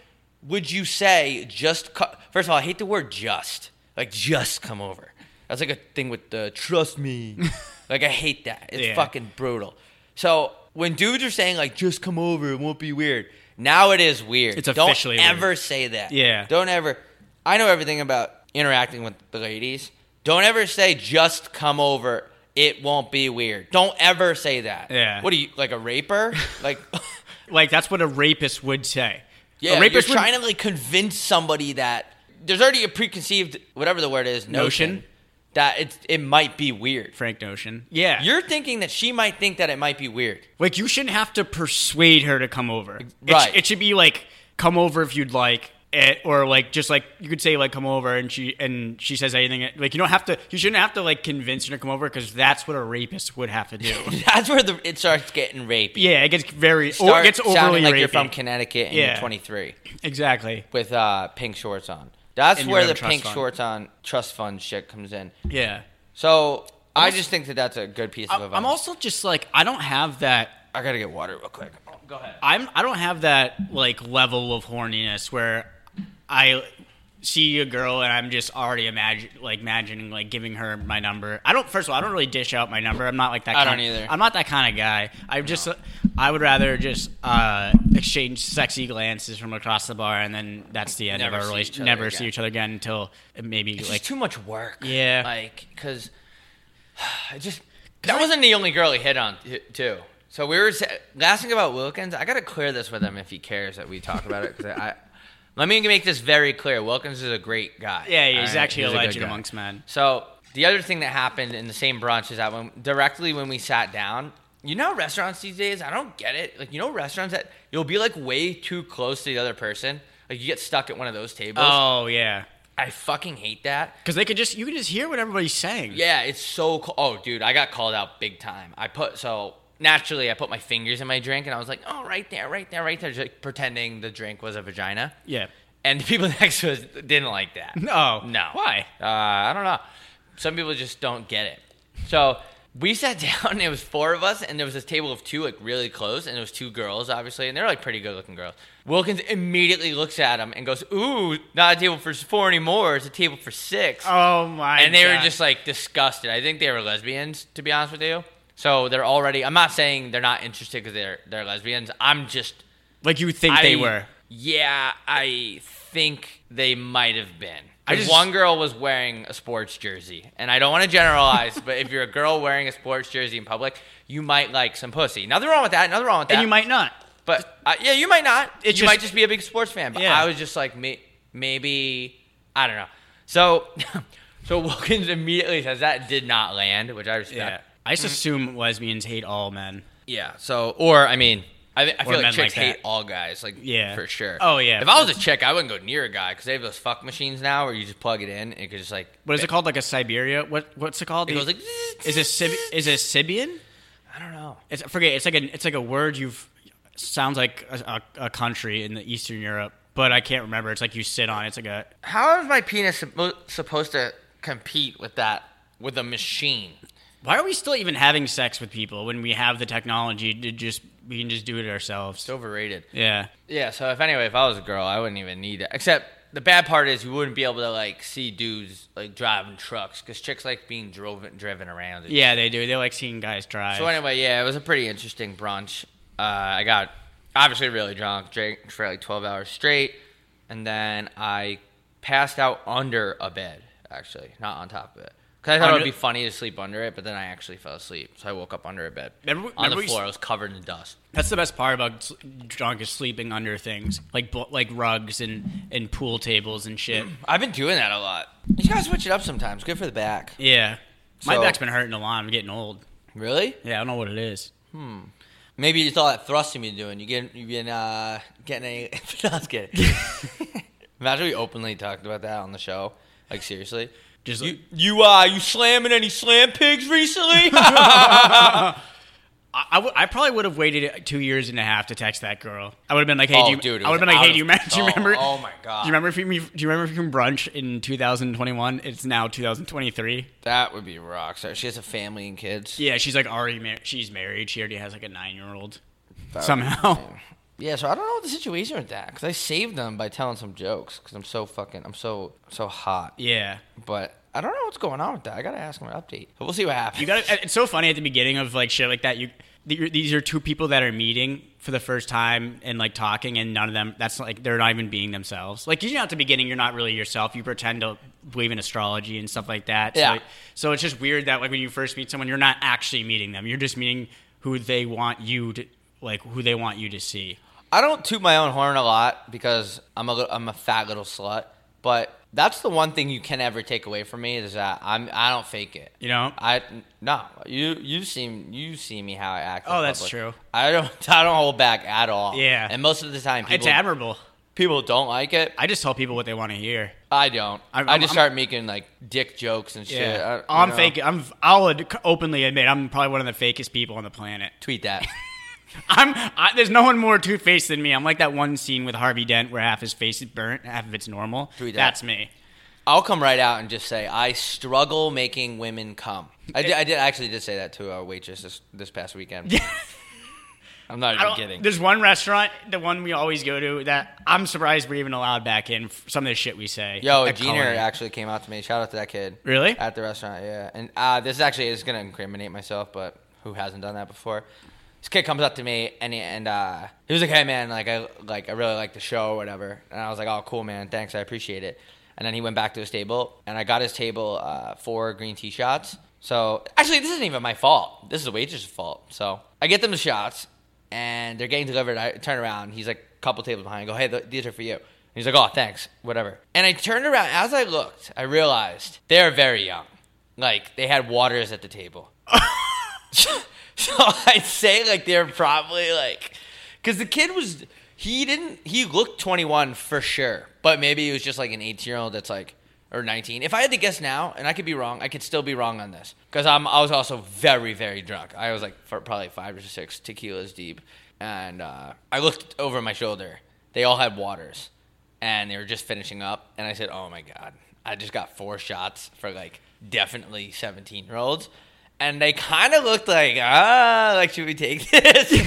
Speaker 3: would you say just? Co- First of all, I hate the word "just." Like, just come over. That's like a thing with the trust me. like, I hate that. It's
Speaker 4: Yeah.
Speaker 3: fucking brutal. So when dudes are saying like, just come over, it won't be weird. Now it is weird.
Speaker 4: It's
Speaker 3: Don't
Speaker 4: officially weird.
Speaker 3: ever say that.
Speaker 4: Yeah.
Speaker 3: Don't ever. I know everything about interacting with the ladies. Don't ever say just come over. It won't be weird. Don't ever say that.
Speaker 4: Yeah.
Speaker 3: What are you like a raper? Like,
Speaker 4: Like that's what a rapist would say.
Speaker 3: yeah.
Speaker 4: a
Speaker 3: You're
Speaker 4: rapist would-
Speaker 3: trying to like convince somebody that there's already a preconceived whatever the word is notion,
Speaker 4: Notion?
Speaker 3: that it it might be weird.
Speaker 4: Frank Notion. Yeah,
Speaker 3: You're thinking that she might think that it might be weird.
Speaker 4: like you shouldn't have to persuade her to come over. It sh-
Speaker 3: Right.
Speaker 4: It, should be like come over if you'd like it, or like just like you could say like come over, and she and she says anything. Like you don't have to. You shouldn't have to like convince her to come over because that's what a rapist would have to do.
Speaker 3: That's where the it starts getting rapey.
Speaker 4: yeah, it gets very or
Speaker 3: Start
Speaker 4: it gets overly
Speaker 3: sounding like you're
Speaker 4: rapey.
Speaker 3: from Connecticut and
Speaker 4: Yeah.
Speaker 3: you're 23.
Speaker 4: exactly.
Speaker 3: with uh, pink shorts on. That's
Speaker 4: And you
Speaker 3: where
Speaker 4: have
Speaker 3: the
Speaker 4: a trust
Speaker 3: pink
Speaker 4: fund.
Speaker 3: shorts on trust fund shit comes in.
Speaker 4: Yeah.
Speaker 3: So I just think that that's a good piece of
Speaker 4: I-
Speaker 3: advice.
Speaker 4: I'm also just like I don't have that
Speaker 3: I gotta get water real quick. Go ahead.
Speaker 4: I'm I don't have that like level of horniness where I see a girl and I'm just already imagine like imagining like giving her my number. I don't first of all I don't really dish out my number. I'm not like that.
Speaker 3: I
Speaker 4: kind
Speaker 3: don't either.
Speaker 4: I'm not that kind of guy. I just I would rather just uh, exchange sexy glances from across the bar and then that's the end
Speaker 3: Never
Speaker 4: of
Speaker 3: see
Speaker 4: our
Speaker 3: each
Speaker 4: relationship.
Speaker 3: other
Speaker 4: Never
Speaker 3: again.
Speaker 4: see each other again until maybe
Speaker 3: It's
Speaker 4: like
Speaker 3: just too much work.
Speaker 4: Yeah.
Speaker 3: Like, cause I just that wasn't the only girl he hit on t- too. So we were sa- last thing about Wilkins. I gotta clear this with him if he cares that we talk about it. Cause I, I let me make this very clear. Wilkins is a great guy.
Speaker 4: yeah,
Speaker 3: All
Speaker 4: he's
Speaker 3: right?
Speaker 4: actually
Speaker 3: He's
Speaker 4: a
Speaker 3: good
Speaker 4: legend
Speaker 3: guy.
Speaker 4: amongst men.
Speaker 3: So the other thing that happened in the same brunch is that when directly when we sat down, you know, restaurants these days, I don't get it. Like you know, restaurants that you'll be like way too close to the other person. Like you get stuck at one of those tables.
Speaker 4: Oh yeah.
Speaker 3: I fucking hate that.
Speaker 4: Because they could just you can just hear what everybody's saying.
Speaker 3: Yeah, it's so. Co- oh, dude, I got called out big time. I put so naturally I put my fingers in my drink and I was like, oh, right there, right there, right there, just pretending the drink was a vagina.
Speaker 4: Yeah.
Speaker 3: And the people next to us didn't like that.
Speaker 4: No.
Speaker 3: No.
Speaker 4: Why?
Speaker 3: Uh, I don't know. Some people just don't get it. So we sat down, and it was four of us, and there was this table of two, like really close, and it was two girls, obviously, and they're like pretty good looking girls. Wilkins immediately looks at him and goes, Ooh, not a table for four anymore. It's a table for six.
Speaker 4: Oh my.
Speaker 3: and they were
Speaker 4: God.
Speaker 3: just like disgusted. I think they were lesbians, to be honest with you. So they're already, I'm not saying they're not interested because they're, they're lesbians. I'm just
Speaker 4: like you think they were.
Speaker 3: yeah, I think they might have been.
Speaker 4: I
Speaker 3: Because
Speaker 4: just-
Speaker 3: one girl was wearing a sports jersey, and I don't want to generalize, but if you're a girl wearing a sports jersey in public, you might like some pussy. Nothing wrong with that. Nothing wrong with that.
Speaker 4: And you might not.
Speaker 3: but uh, yeah, you might not. you
Speaker 4: It's just-
Speaker 3: might just be a big sports fan. But
Speaker 4: Yeah.
Speaker 3: I was just like, may- maybe I don't know. So, so Wilkins immediately says that did not land, which I respect.
Speaker 4: Yeah. I
Speaker 3: Mm-hmm.
Speaker 4: just assume lesbians hate all men.
Speaker 3: Yeah. So, or I mean, I, I
Speaker 4: Or
Speaker 3: feel like
Speaker 4: men
Speaker 3: chicks
Speaker 4: like that.
Speaker 3: hate all guys, like
Speaker 4: Yeah.
Speaker 3: for sure.
Speaker 4: Oh, yeah.
Speaker 3: If I was a chick, I wouldn't go near a guy because they have those fuck machines now where you just plug it in and it could just like
Speaker 4: What is it called? Like a Siberia? What What's it called?
Speaker 3: It
Speaker 4: The-
Speaker 3: goes like
Speaker 4: is it Sib- is it Sibian?
Speaker 3: I don't know.
Speaker 4: It's I forget. It's like a it's like a word you've sounds like a, a, a country in the Eastern Europe, but I can't remember. It's like you sit on. it. It's like a
Speaker 3: How is my penis suppo- supposed to compete with that with a machine?
Speaker 4: why are we still even having sex with people when we have the technology to just we can just do it ourselves?
Speaker 3: It's overrated.
Speaker 4: yeah,
Speaker 3: Yeah. So if anyway, if I was a girl, I wouldn't even need it. Except the bad part is you wouldn't be able to like see dudes like driving trucks because chicks like being driven driven around. and
Speaker 4: yeah, they do. They like seeing guys drive.
Speaker 3: So anyway, yeah, it was a pretty interesting brunch. Uh, I got obviously really drunk, drank for like twelve hours straight, and then I passed out under a bed. Actually, not on top of it, because I thought it
Speaker 4: Under-
Speaker 3: would be funny to sleep under it. But then I actually fell asleep, so I woke up under a bed
Speaker 4: Remember-
Speaker 3: on
Speaker 4: remember
Speaker 3: the
Speaker 4: we-
Speaker 3: floor. I was covered in dust.
Speaker 4: That's the best part about s- drunk is sleeping under things like bl- like rugs and and pool tables and shit.
Speaker 3: I've been doing that a lot. You gotta switch it up sometimes. Good for the back.
Speaker 4: Yeah, my
Speaker 3: So-
Speaker 4: back's been hurting a lot. I'm getting old.
Speaker 3: Really?
Speaker 4: Yeah, I don't know what it is.
Speaker 3: Maybe it's all that thrusting you're doing. You getting you been uh, getting any? no, I was kidding. Imagine we openly talked about that on the show. Like seriously,
Speaker 4: Just
Speaker 3: you you uh you slamming any slam pigs recently?
Speaker 4: I, I, would, I probably would have waited two years and a half to text that girl. I would have been like, "Hey,
Speaker 3: Oh,
Speaker 4: do you,
Speaker 3: dude, it
Speaker 4: I
Speaker 3: was
Speaker 4: would have been like,
Speaker 3: out
Speaker 4: "Hey,
Speaker 3: of
Speaker 4: do you, remember, do you
Speaker 3: control. Oh
Speaker 4: remember?
Speaker 3: my God.
Speaker 4: Do you remember if you, do you remember if you can brunch in 2021? It's now 2023.
Speaker 3: that would be rock. So she has a family and kids.
Speaker 4: Yeah, she's like already married. She's married. She already has like a nine year old.
Speaker 3: That would
Speaker 4: Somehow,
Speaker 3: be insane. Yeah, so I don't know what the situation with that because I saved them by telling some jokes because I'm so fucking I'm so so hot.
Speaker 4: yeah.
Speaker 3: But I don't know what's going on with that. I gotta ask them an update. But we'll see what happens.
Speaker 4: You got it's so funny at the beginning of like shit like that. You th- you're- these are two people that are meeting for the first time and like talking, and none of them. That's like they're not even being themselves. Like you know, at the beginning, you're not really yourself. You pretend to believe in astrology and stuff like that.
Speaker 3: Yeah.
Speaker 4: So, so it's just weird that like when you first meet someone, you're not actually meeting them. You're just meeting who they want you to like who they want you to see.
Speaker 3: I don't toot my own horn a lot because I'm a li- I'm a fat little slut, but that's the one thing you can ever take away from me is that I'm I don't fake it.
Speaker 4: You know?
Speaker 3: I no you you seem you see me how I act. in
Speaker 4: Oh, that's
Speaker 3: public.
Speaker 4: true.
Speaker 3: I don't I don't hold back at all.
Speaker 4: Yeah.
Speaker 3: and most of the time
Speaker 4: It's
Speaker 3: people
Speaker 4: admirable.
Speaker 3: people don't like it.
Speaker 4: I just tell people what they want to hear.
Speaker 3: I don't. I,
Speaker 4: I'm-
Speaker 3: just
Speaker 4: I'm-
Speaker 3: start making like dick jokes and shit.
Speaker 4: Yeah, Oh,
Speaker 3: I, you
Speaker 4: I'm
Speaker 3: know.
Speaker 4: fake. I'm. I'll ad- openly admit I'm probably one of the fakest people on the planet.
Speaker 3: Tweet that.
Speaker 4: I'm I, there's no one more two faced than me. I'm like that one scene with Harvey Dent where half his face is burnt, half of it's normal.
Speaker 3: Tweet that.
Speaker 4: That's me.
Speaker 3: I'll come right out and just say I struggle making women come. I did, I did actually did say that to our waitress this, this past weekend. I'm not
Speaker 4: I
Speaker 3: even
Speaker 4: don't-
Speaker 3: kidding.
Speaker 4: There's one restaurant, the one we always go to, that I'm surprised we're even allowed back in. For some of the shit we say.
Speaker 3: Yo, a
Speaker 4: At
Speaker 3: junior
Speaker 4: culinary.
Speaker 3: actually came out to me. Shout out to that kid.
Speaker 4: Really?
Speaker 3: At the restaurant, yeah. And uh, this actually is gonna incriminate myself, but who hasn't done that before? This kid comes up to me and he, and uh, he was like, "Hey man, like I like I really like the show or whatever." And I was like, "Oh cool man, thanks, I appreciate it." And then he went back to his table, and I got his table uh, four green tea shots. So actually, this isn't even my fault. This is the waitress's fault. So I get them the shots, and they're getting delivered. I turn around. He's like a couple tables behind. I go, hey, th- these are for you. And he's like, oh, thanks, whatever. And I turned around. As I looked, I realized they're very young. Like they had waters at the table. so I'd say like they're probably like, because the kid was he didn't he looked 21 for sure, but maybe he was just like an 18 year old that's like or 19. If I had to guess now, and I could be wrong, I could still be wrong on this because I'm I was also very very drunk. I was like for probably five or six tequilas deep, and uh, I looked over my shoulder. They all had waters, and they were just finishing up. And I said, "Oh my god, I just got four shots for like definitely 17 year olds." And they kind of looked like, ah, like, should we take this?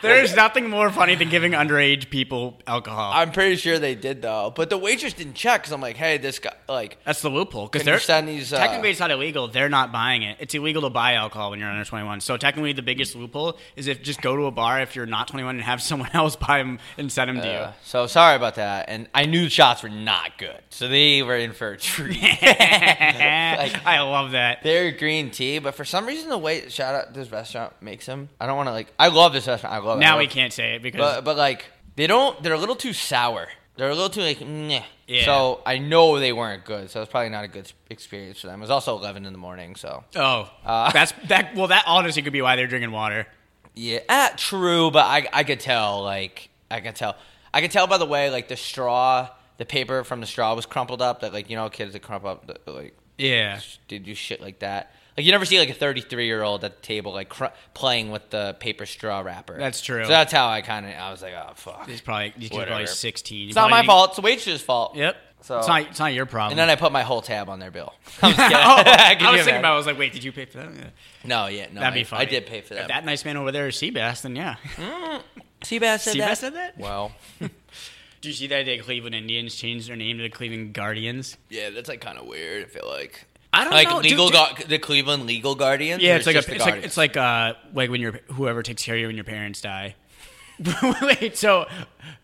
Speaker 4: There's nothing more funny than giving underage people alcohol.
Speaker 3: I'm pretty sure they did, though. But the waitress didn't check because I'm like, hey, this guy, like,
Speaker 4: That's the loophole because
Speaker 3: Can you
Speaker 4: they're
Speaker 3: send these, uh,
Speaker 4: technically it's not illegal. They're not buying it. It's illegal to buy alcohol when you're under 21. So technically, the biggest loophole is if just go to a bar if you're not 21 and have someone else buy them and send them
Speaker 3: Uh,
Speaker 4: to
Speaker 3: so sorry about that. And I knew the shots were not good, so they were in for a treat.
Speaker 4: you. I love that.
Speaker 3: They're green tea, but for some reason the way shout out this restaurant makes them. I don't want to like. I love this restaurant. I love it. I
Speaker 4: Now
Speaker 3: love-
Speaker 4: we can't say it because
Speaker 3: But but like they don't. They're a little too sour. They're a little too like. Meh.
Speaker 4: Yeah.
Speaker 3: So I know they weren't good. So it's probably not a good s- experience for them. It was also eleven in the morning. So
Speaker 4: oh,
Speaker 3: Uh,
Speaker 4: that's that. Well, that honestly could be why they're drinking water.
Speaker 3: Yeah, ah, true, but I I could tell like I could tell I could tell by the way like the straw the paper from the straw was crumpled up that like you know kids that crumple up the, like
Speaker 4: Yeah,
Speaker 3: did do shit like that like you never see like a 33 year old at the table like cr- playing with the paper straw wrapper
Speaker 4: That's true.
Speaker 3: so that's how I kind of I was like oh fuck
Speaker 4: he's
Speaker 3: it's
Speaker 4: probably he's
Speaker 3: Whatever.
Speaker 4: probably 16. You
Speaker 3: not
Speaker 4: probably
Speaker 3: my
Speaker 4: didn't-
Speaker 3: fault it's the waitress's fault
Speaker 4: Yep.
Speaker 3: So-
Speaker 4: it's not it's not your problem.
Speaker 3: and then I put my whole tab on their bill I'm just
Speaker 4: oh,
Speaker 3: kidding.
Speaker 4: I
Speaker 3: Could you
Speaker 4: was thinking
Speaker 3: imagine?
Speaker 4: about. it. I was like, wait, did you pay for that? Yeah.
Speaker 3: no yeah no I,
Speaker 4: That'd be funny.
Speaker 3: I did pay for
Speaker 4: If
Speaker 3: that
Speaker 4: that nice man over there is Seabass, then yeah.
Speaker 3: Seabass said
Speaker 4: Seabass
Speaker 3: that
Speaker 4: said that?
Speaker 3: well
Speaker 4: Do you see that the Cleveland Indians changed their name to the Cleveland Guardians?
Speaker 3: yeah that's like kind of weird I feel like
Speaker 4: I don't
Speaker 3: like
Speaker 4: know. dude,
Speaker 3: legal
Speaker 4: dude-
Speaker 3: gu- the Cleveland legal guardians.
Speaker 4: yeah,
Speaker 3: or
Speaker 4: it's like, a,
Speaker 3: just the
Speaker 4: it's like
Speaker 3: Guardians?
Speaker 4: it's like uh like when your whoever takes care of you when your parents die. wait, so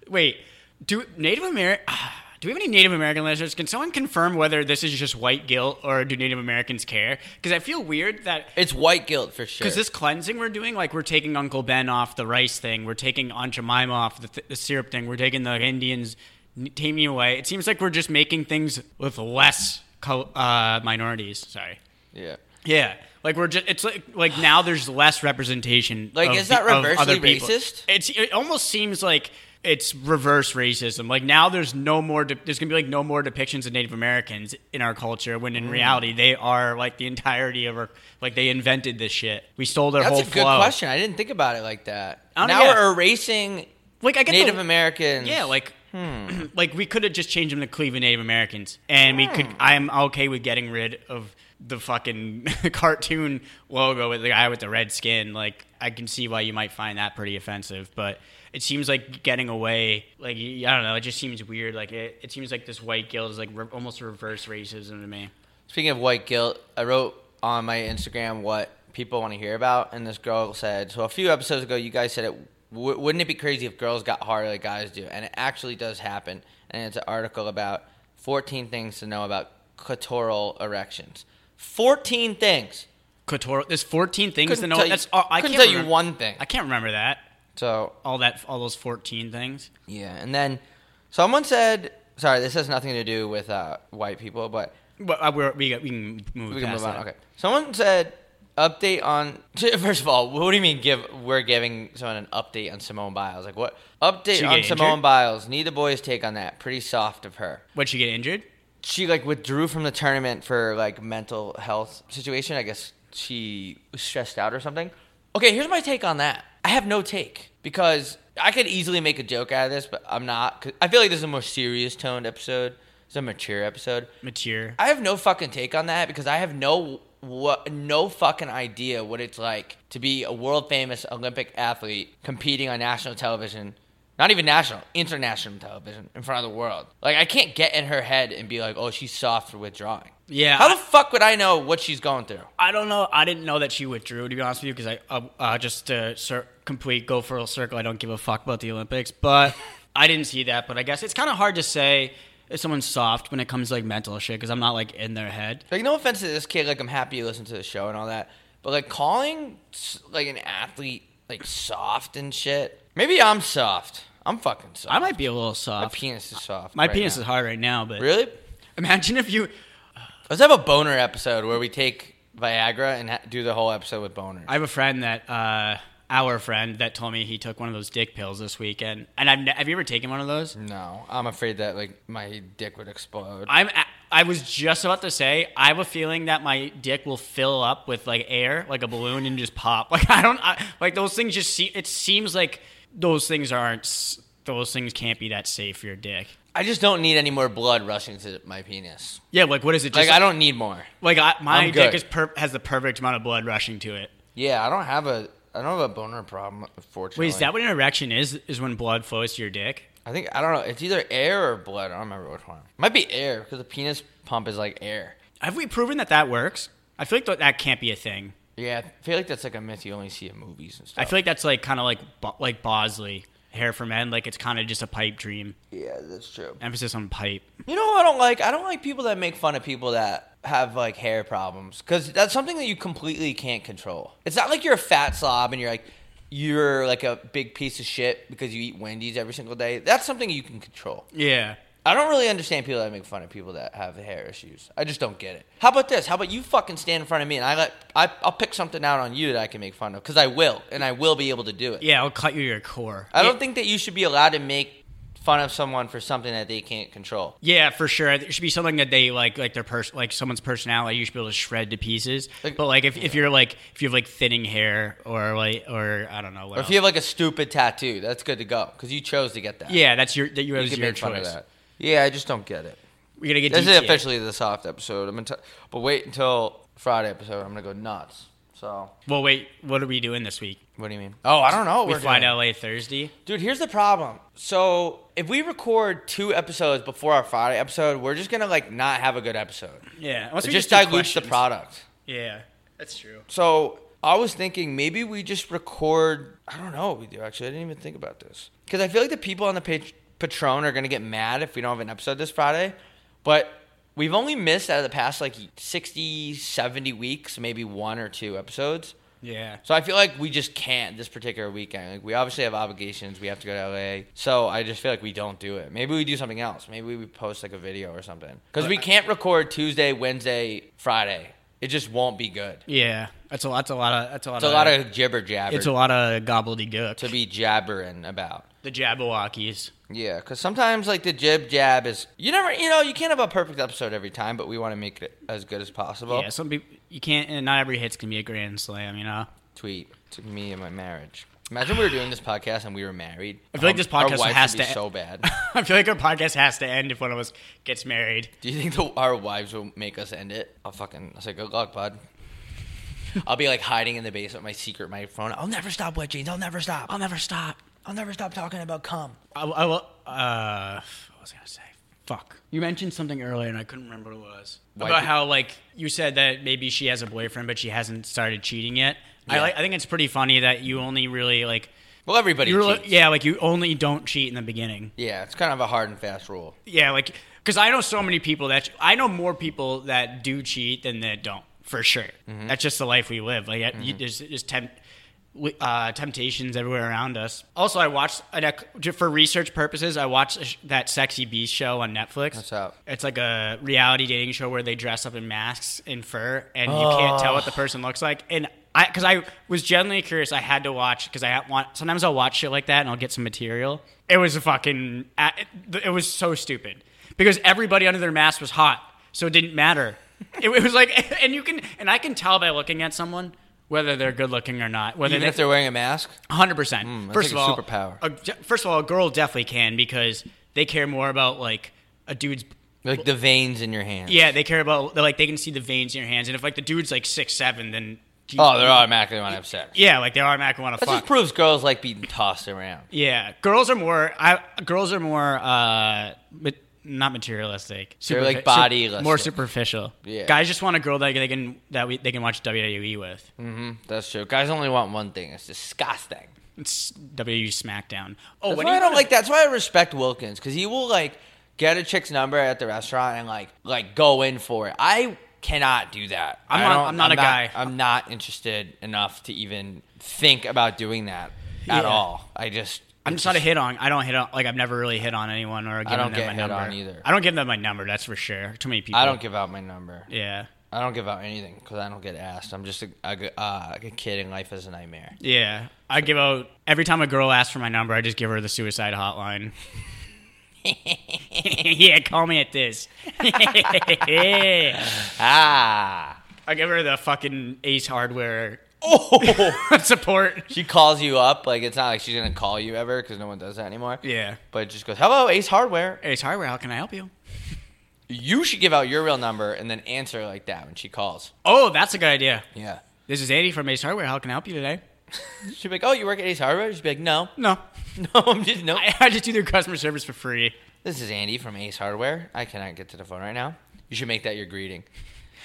Speaker 4: wait, do Native American? Do we have any Native American listeners? Can someone confirm whether this is just white guilt or do Native Americans care? Because I feel weird that
Speaker 3: it's white guilt for sure.
Speaker 4: Because this cleansing we're doing, like we're taking Uncle Ben off the rice thing, we're taking Aunt Jemima off the, th- the syrup thing, we're taking the Indians n- taming away. It seems like we're just making things with less col- uh, minorities. Sorry.
Speaker 3: yeah,
Speaker 4: Yeah, like we're just—it's like like now there's less representation.
Speaker 3: Like,
Speaker 4: of
Speaker 3: is
Speaker 4: the-
Speaker 3: that
Speaker 4: of
Speaker 3: reversely
Speaker 4: other people.
Speaker 3: racist?
Speaker 4: It's it almost seems like it's reverse racism. Like now there's no more. De- there's gonna be like no more depictions of Native Americans in our culture when
Speaker 3: Mm.
Speaker 4: in reality they are like the entirety of our. Like they invented this shit. We stole their
Speaker 3: that's
Speaker 4: whole
Speaker 3: a good
Speaker 4: flow.
Speaker 3: question. I didn't think about it like that.
Speaker 4: I don't-
Speaker 3: now
Speaker 4: yeah.
Speaker 3: we're erasing
Speaker 4: Like I get
Speaker 3: Native
Speaker 4: the,
Speaker 3: Americans. Hmm.
Speaker 4: Yeah, like like we could have just changed them to Cleveland Native Americans, and we
Speaker 3: Hmm.
Speaker 4: could. I'm okay with getting rid of the fucking cartoon logo with the guy with the red skin. Like I can see why you might find that pretty offensive, but it seems like getting away. Like y- I don't know, it just seems weird. Like it, it seems like this white guild is like re- almost reverse racism to me.
Speaker 3: Speaking of white guilt, I wrote on my Instagram what people want to hear about, and this girl said, "So a few episodes ago, you guys said it w- wouldn't it be crazy if girls got harder like guys do?" And it actually does happen. And it's an article about 14 things to know about clitoral erections. 14 things.
Speaker 4: Couture, there's 14 things
Speaker 3: Couldn't
Speaker 4: to know.
Speaker 3: tell you-
Speaker 4: that's all, I
Speaker 3: couldn't
Speaker 4: can't
Speaker 3: tell you
Speaker 4: remem-
Speaker 3: one thing.
Speaker 4: I can't remember that.
Speaker 3: So
Speaker 4: All that, all those 14 things.
Speaker 3: Yeah, and then someone said, "Sorry, this has nothing to do with uh, white people, but
Speaker 4: But uh, we're, we we can move.
Speaker 3: we can
Speaker 4: past
Speaker 3: move on."
Speaker 4: that.
Speaker 3: Okay, someone said, "Update on." First of all, what do you mean? Give we're giving someone an update on Simone Biles? Like what update
Speaker 4: She
Speaker 3: on
Speaker 4: get
Speaker 3: Simone
Speaker 4: injured?
Speaker 3: Biles? Need the boys' take on that. Pretty soft of her.
Speaker 4: What'd she get injured?
Speaker 3: She like withdrew from the tournament for like mental health situation. I guess she was stressed out or something. Okay, here's my take on that. I have no take because I could easily make a joke out of this, but I'm not. 'cause I feel like this is a more serious toned episode. It's a mature episode.
Speaker 4: Mature.
Speaker 3: I have no fucking take on that because I have no what no fucking idea what it's like to be a world famous Olympic athlete competing on national television, not even national, international television in front of the world. Like I can't get in her head and be like, "Oh, she's soft for withdrawing."
Speaker 4: Yeah,
Speaker 3: How
Speaker 4: I-
Speaker 3: the fuck would I know what she's going through?
Speaker 4: I don't know. I didn't know that she withdrew, to be honest with you, because I uh, uh, just to cir- complete go for a circle. I don't give a fuck about the Olympics, but I didn't see that. But I guess it's kind of hard to say if someone's soft when it comes to like mental shit because I'm not like in their head.
Speaker 3: Like no offense to this kid, like I'm happy you listen to the show and all that, but like calling s- like an athlete like soft and shit. Maybe I'm soft. I'm fucking soft.
Speaker 4: I might be a little
Speaker 3: My
Speaker 4: soft.
Speaker 3: penis is soft.
Speaker 4: My
Speaker 3: right
Speaker 4: penis
Speaker 3: now.
Speaker 4: is hard right now, but
Speaker 3: really.
Speaker 4: imagine if you.
Speaker 3: Let's have a boner episode where we take Viagra and ha- do the whole episode with boner.
Speaker 4: I have a friend that uh, our friend that told me he took one of those dick pills this weekend. And I've ne- have you ever taken one of those?
Speaker 3: No, I'm afraid that like my dick would explode.
Speaker 4: I'm a- I was just about to say I have a feeling that my dick will fill up with like air, like a balloon, and just pop. Like I don't I, like those things. Just see, it seems like those things aren't. s- Those things can't be that safe for your dick.
Speaker 3: I just don't need any more blood rushing to my penis.
Speaker 4: Yeah, like what is it?
Speaker 3: Like
Speaker 4: Just
Speaker 3: I don't need more.
Speaker 4: Like I, my
Speaker 3: I'm
Speaker 4: dick
Speaker 3: good.
Speaker 4: is per- has the perfect amount of blood rushing to it.
Speaker 3: Yeah, I don't have a I don't have a boner problem. Fortunately,
Speaker 4: Wait, is that what an erection is? Is when blood flows to your dick?
Speaker 3: I think I don't know. It's either air or blood. I don't remember which one. Might be air because the penis pump is like air.
Speaker 4: Have we proven that that works? I feel like th- that can't be a thing.
Speaker 3: Yeah, I feel like that's like a myth you only see in movies and stuff.
Speaker 4: I feel like that's like kind of like Bo- like Bosley hair for men. Like it's kind of just a pipe dream.
Speaker 3: yeah, that's true.
Speaker 4: Emphasis on pipe.
Speaker 3: You know what I don't like? I don't like people that make fun of people that have like hair problems because that's something that you completely can't control. It's not like you're a fat slob and you're like you're like a big piece of shit because you eat Wendy's every single day. That's something you can control.
Speaker 4: Yeah.
Speaker 3: I don't really understand people that make fun of people that have hair issues. I just don't get it. How about this? How about you fucking stand in front of me and I let I, I'll pick something out on you that I can make fun of because I will and I will be able to do it.
Speaker 4: Yeah, I'll cut you your core.
Speaker 3: I
Speaker 4: Yeah,
Speaker 3: don't think that you should be allowed to make fun of someone for something that they can't control.
Speaker 4: yeah, for sure. It should be something that they like, like their person, like someone's personality. You should be able to shred to pieces.
Speaker 3: Like-
Speaker 4: but like, if, if you're like, if you have like thinning hair or like, or I don't know, what
Speaker 3: Or if
Speaker 4: else.
Speaker 3: you have like a stupid tattoo, that's good to go because you chose to get that.
Speaker 4: yeah, that's your that you
Speaker 3: you
Speaker 4: was
Speaker 3: can
Speaker 4: your
Speaker 3: make fun of
Speaker 4: choice.
Speaker 3: that. Yeah, I just don't get it.
Speaker 4: We're gonna get
Speaker 3: This is
Speaker 4: DTA.
Speaker 3: officially the soft episode. I'm gonna t- but wait until Friday episode. I'm gonna go nuts. So
Speaker 4: Well, wait, what are we doing this week?
Speaker 3: what do you mean? Oh, I don't know. what
Speaker 4: We
Speaker 3: we're
Speaker 4: fly
Speaker 3: doing.
Speaker 4: to LA Thursday.
Speaker 3: Dude, here's the problem. So if we record two episodes before our Friday episode, we're just gonna like not have a good episode.
Speaker 4: Yeah, unless
Speaker 3: It
Speaker 4: we
Speaker 3: just
Speaker 4: do
Speaker 3: dilutes the
Speaker 4: questions.
Speaker 3: product.
Speaker 4: Yeah, that's true.
Speaker 3: So I was thinking maybe we just record. I don't know what we do actually. I didn't even think about this because I feel like the people on the page, Patron are gonna get mad if we don't have an episode this Friday. But we've only missed out of the past like 60, 70 weeks, maybe one or two episodes.
Speaker 4: Yeah,
Speaker 3: So I feel like we just can't this particular weekend. Like we obviously have obligations. We have to go to LA. So I just feel like we don't do it. Maybe we do something else. Maybe we post like a video or something. Because we can't record Tuesday, Wednesday, Friday. It just won't be good.
Speaker 4: yeah, that's a that's a lot of that's a lot
Speaker 3: It's a lot of jibber jabber
Speaker 4: it's a lot of gobbledygook.
Speaker 3: to be jabbering about.
Speaker 4: the Jabberwockies.
Speaker 3: Yeah, because sometimes like the jib jab is you never you know you can't have a perfect episode every time, but we want to make it as good as possible.
Speaker 4: yeah, some people you can't. And not every hit's gonna be a grand slam. You know,
Speaker 3: Tweet to me and my marriage. Imagine we were doing this podcast and we were married.
Speaker 4: I feel like this podcast
Speaker 3: our wives
Speaker 4: has
Speaker 3: would be
Speaker 4: to-
Speaker 3: so bad.
Speaker 4: I feel like our podcast has to end if one of us gets married.
Speaker 3: Do you think the, our wives will make us end it? I'll fucking I'll say good luck, bud. I'll be like hiding in the basement, with my secret microphone. I'll never stop wet jeans. I'll never stop. I'll never stop. I'll never stop talking about cum.
Speaker 4: I, I will. Uh, what was I gonna say? Fuck. You mentioned something earlier, and I couldn't remember what it was
Speaker 3: Why
Speaker 4: about
Speaker 3: pe-
Speaker 4: how like you said that maybe she has a boyfriend, but she hasn't started cheating yet. I
Speaker 3: Yeah.
Speaker 4: like. I think it's pretty funny that you only really like.
Speaker 3: Well, everybody
Speaker 4: You're
Speaker 3: cheats.
Speaker 4: yeah, like you only don't cheat in the beginning.
Speaker 3: Yeah, it's kind of a hard and fast rule.
Speaker 4: Yeah, like because I know so many people that I know more people that do cheat than that don't for sure. That's just the life we live. Like you, there's just temp, wi- uh, temptations everywhere around us. Also, I watched an, ec- ju- for research purposes. I watched a sh- that Sexy Beast show on Netflix.
Speaker 3: What's up?
Speaker 4: It's like a reality dating show where they dress up in masks and fur, and you can't tell what the person looks like. And I, because I was genuinely curious, I had to watch because I ha- want. Sometimes I'll watch shit like that and I'll get some material. It was a fucking. uh, It, it was so stupid because everybody under their mask was hot, so it didn't matter. It, it was like, and you can, and I can tell by looking at someone whether they're good looking or not. Whether
Speaker 3: Even
Speaker 4: they,
Speaker 3: if they're wearing a mask.
Speaker 4: Hundred percent.
Speaker 3: that's
Speaker 4: First of
Speaker 3: like a
Speaker 4: all,
Speaker 3: superpower.
Speaker 4: a ge- first of all, a girl definitely can because they care more about like a dude's.
Speaker 3: Like the veins in your hand.
Speaker 4: Yeah, they care about they're, like they can see the veins in your hands, and if like the dude's like six seven, then he-
Speaker 3: Oh, they're automatically want to have sex.
Speaker 4: yeah, like they automatically want to
Speaker 3: That just
Speaker 4: fuck.
Speaker 3: proves girls like being tossed around.
Speaker 4: yeah, girls are more. I girls are more. uh but not materialistic.
Speaker 3: They're, like,
Speaker 4: Superfi- sup-
Speaker 3: bodyless.
Speaker 4: more superficial.
Speaker 3: Yeah.
Speaker 4: guys just want a girl that they can that we, they can watch WWE with.
Speaker 3: hmm That's true. Guys only want one thing. It's disgusting.
Speaker 4: It's WWE SmackDown. Oh,
Speaker 3: That's
Speaker 4: when
Speaker 3: why
Speaker 4: are
Speaker 3: I don't
Speaker 4: you gonna-
Speaker 3: like that. That's why I respect Wilkins because he will like get a chick's number at the restaurant and like like go in for it. I cannot do that.
Speaker 4: I'm
Speaker 3: I
Speaker 4: not-
Speaker 3: don't-
Speaker 4: I'm not a guy.
Speaker 3: I'm not interested enough to even think about doing that at
Speaker 4: Yeah.
Speaker 3: all. I just
Speaker 4: I'm just not a hit on. I don't hit on. Like I've never really hit on anyone or given
Speaker 3: don't
Speaker 4: them
Speaker 3: get
Speaker 4: my
Speaker 3: hit
Speaker 4: number
Speaker 3: on either.
Speaker 4: I don't give them my number. That's for sure. Too many people.
Speaker 3: I don't give out my number.
Speaker 4: Yeah.
Speaker 3: I don't give out anything because I don't get asked. I'm just a, a, g- uh, a kid, and life is a nightmare.
Speaker 4: Yeah, I give out every time a girl asks for my number, I just give her the suicide hotline. yeah, call me at this. I
Speaker 3: Ah.
Speaker 4: give her the fucking Ace Hardware
Speaker 3: Oh.
Speaker 4: support.
Speaker 3: she calls you up. Like it's not like she's gonna call you ever because no one does that anymore.
Speaker 4: Yeah,
Speaker 3: But it just goes, "Hello, Ace Hardware."
Speaker 4: Ace Hardware, how can I help you?
Speaker 3: You should give out your real number and then answer like that when she calls.
Speaker 4: Oh, that's a good idea.
Speaker 3: Yeah.
Speaker 4: This is Andy from Ace Hardware. How can I help you today?
Speaker 3: She'd be like, "Oh, you work at Ace Hardware?" She'd be like, "No,
Speaker 4: No,
Speaker 3: no, I'm just no."
Speaker 4: I, I just do their customer service for free.
Speaker 3: This is Andy from Ace Hardware. I cannot get to the phone right now. You should make that your greeting.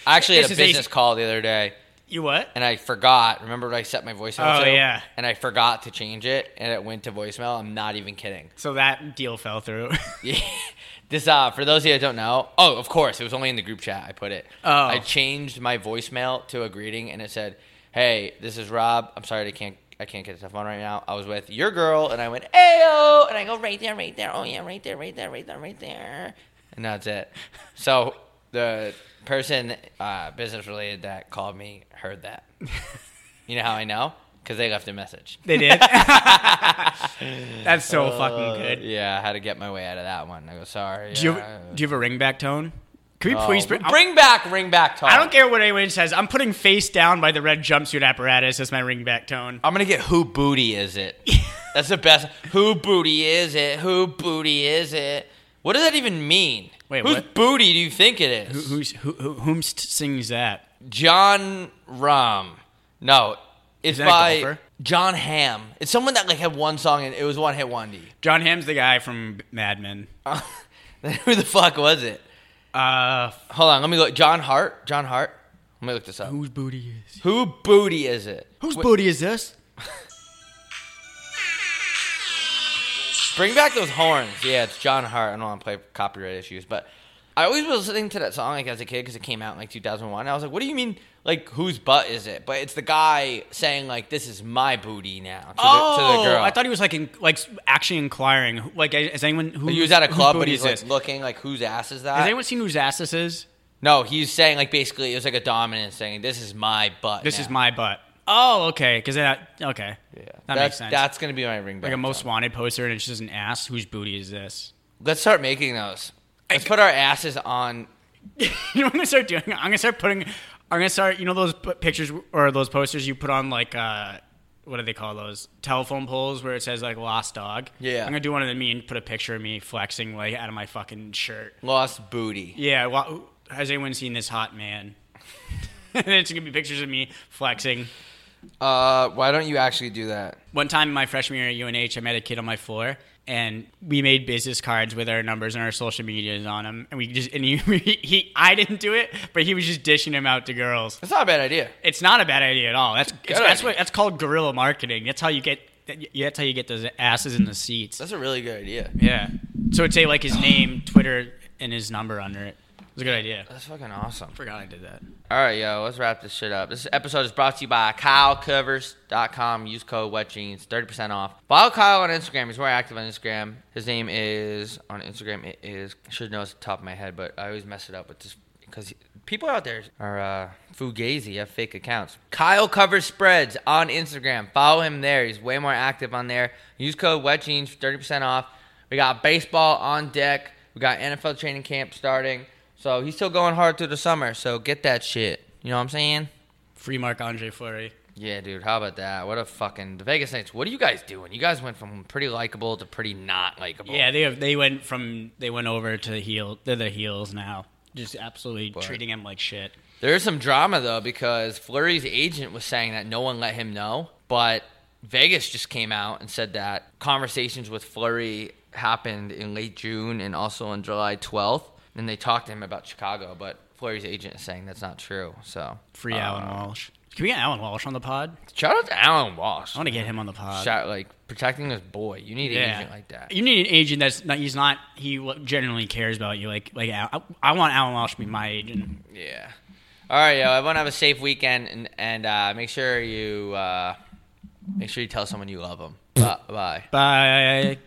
Speaker 3: I actually had
Speaker 4: This
Speaker 3: a
Speaker 4: is Ace-
Speaker 3: business call the other day.
Speaker 4: You what?
Speaker 3: and I forgot. Remember, I set my voicemail.
Speaker 4: Oh,
Speaker 3: to?
Speaker 4: yeah.
Speaker 3: and I forgot to change it, and it went to voicemail. I'm not even kidding.
Speaker 4: So that deal fell through.
Speaker 3: Yeah. this uh, for those of you that don't know. Oh, of course, it was only in the group chat. I put it.
Speaker 4: Oh.
Speaker 3: I changed my voicemail to a greeting, and it said, "Hey, this is Rob. I'm sorry, I can't." I can't get to the phone right now. I was with your girl, and I went, "Ayo!" and I go right there, right there. Oh yeah, right there, right there, right there, right there. And that's it. So the person uh, business related that called me heard that. You know how I know? Because they left a message.
Speaker 4: they did. that's so fucking good.
Speaker 3: Yeah, I had to get my way out of that one. I go, sorry.
Speaker 4: Do you
Speaker 3: yeah."
Speaker 4: have, do you have a ring back tone? Can we
Speaker 3: Oh,
Speaker 4: please bring?
Speaker 3: bring back ring back talk?
Speaker 4: I don't care what anyone says. I'm putting face down by the red jumpsuit apparatus as my ring back tone.
Speaker 3: I'm gonna get who booty is it? That's the best. Who booty is it? Who booty is it? What does that even mean?
Speaker 4: Wait,
Speaker 3: whose
Speaker 4: what?
Speaker 3: booty do you think it is?
Speaker 4: Who's who, who? Whomst sings that?
Speaker 3: John Rom. No, it's
Speaker 4: that a
Speaker 3: by
Speaker 4: golfer?
Speaker 3: John Ham. It's someone that like had one song and it was one hit wonder.
Speaker 4: John Hamm's the guy from Mad Men.
Speaker 3: who the fuck was it?
Speaker 4: Uh,
Speaker 3: Hold on, let me look. John Hart. John Hart. Let me look this up.
Speaker 4: whose booty is?
Speaker 3: Who booty is it?
Speaker 4: Whose
Speaker 3: Wait,
Speaker 4: booty is this?
Speaker 3: Bring back those horns. Yeah, it's John Hart. I don't want to play copyright issues, but I always was listening to that song like as a kid because it came out in like 2001. I was like, what do you mean? Like whose butt is it? But it's the guy saying like, "This is my booty now." To the, to the girl.
Speaker 4: Oh, I thought he was like in, like actually inquiring. Like, is anyone who
Speaker 3: he was at a
Speaker 4: whose
Speaker 3: club, but
Speaker 4: booty
Speaker 3: he's
Speaker 4: is
Speaker 3: like
Speaker 4: this?
Speaker 3: looking like, "Whose ass is that?"
Speaker 4: Has anyone seen whose ass this is?
Speaker 3: no, he's saying like basically it was like a dominant saying, "This is my butt."
Speaker 4: This is
Speaker 3: now."
Speaker 4: my butt. Oh, okay. Because that okay.
Speaker 3: Yeah,
Speaker 4: that
Speaker 3: that's,
Speaker 4: makes sense.
Speaker 3: That's gonna be my ring.
Speaker 4: like a most wanted poster, and it's just an ass. Whose booty is this?
Speaker 3: Let's start making those. Let's put our asses on.
Speaker 4: you know what I'm gonna start doing? I'm gonna start putting. I'm gonna start. You know those p- pictures or those posters you put on like uh, what do they call those telephone poles where it says like lost dog?
Speaker 3: Yeah.
Speaker 4: I'm gonna do one of them and put a picture of me flexing like out of my fucking shirt.
Speaker 3: Lost booty.
Speaker 4: Yeah. Well, has anyone seen this hot man? and it's gonna be pictures of me flexing.
Speaker 3: Uh, why don't you actually do that?
Speaker 4: One time in my freshman year at UNH, I met a kid on my floor, and we made business cards with our numbers and our social medias on them. And we just and he, he I didn't do it, but he was just dishing them out to girls.
Speaker 3: That's not a bad idea.
Speaker 4: It's not a bad idea at all. That's it's, that's
Speaker 3: idea.
Speaker 4: what that's called guerrilla marketing. That's how you get that- that's how you get those asses in the seats.
Speaker 3: That's a really good idea.
Speaker 4: Yeah. So it'd say like his name, Twitter, and his number under it. It was a good idea.
Speaker 3: That's fucking awesome.
Speaker 4: Forgot I did that.
Speaker 3: All right, yo, let's wrap this shit up. This episode is brought to you by KyleCovers.com. Use code WetJeans, 30% off. Follow Kyle on Instagram. He's more active on Instagram. His name is on Instagram. It is, I should know it's the top of my head, but I always mess it up with this because people out there are uh, fugazi, have fake accounts. Kyle Covers Spreads on Instagram. Follow him there. He's way more active on there. Use code WetJeans, for 30% off. We got baseball on deck. We got NFL training camp starting. So he's still going hard through the summer. So get that shit. You know what I'm saying?
Speaker 4: Free Mark Andre Fleury.
Speaker 3: Yeah, dude. How about that? What a fucking the Vegas Knights. What are you guys doing? You guys went from pretty likable to pretty not likable.
Speaker 4: Yeah, they have, they went from they went over to the heel. They're the heels now. Just absolutely
Speaker 3: But-
Speaker 4: treating him like shit.
Speaker 3: There's some drama though because Flurry's agent was saying that no one let him know, but Vegas just came out and said that conversations with Flurry happened in late June and also on July 12th, and they talked to him about Chicago, but Flurry's agent is saying that's not true. So
Speaker 4: Free
Speaker 3: uh,
Speaker 4: Alan Walsh. Can we get Alan Walsh on the pod?
Speaker 3: Shout out to Alan Walsh.
Speaker 4: I want to get him on the pod.
Speaker 3: Shot like protecting this boy. You need an agent like that.
Speaker 4: You need an agent that's not, he's not he w- generally cares about you. Like like Al- I, I want Alan Walsh to be my agent.
Speaker 3: Yeah. All right, yo. Everyone have a safe weekend, and and uh, make sure you uh, make sure you tell someone you love them. bye.
Speaker 4: Bye.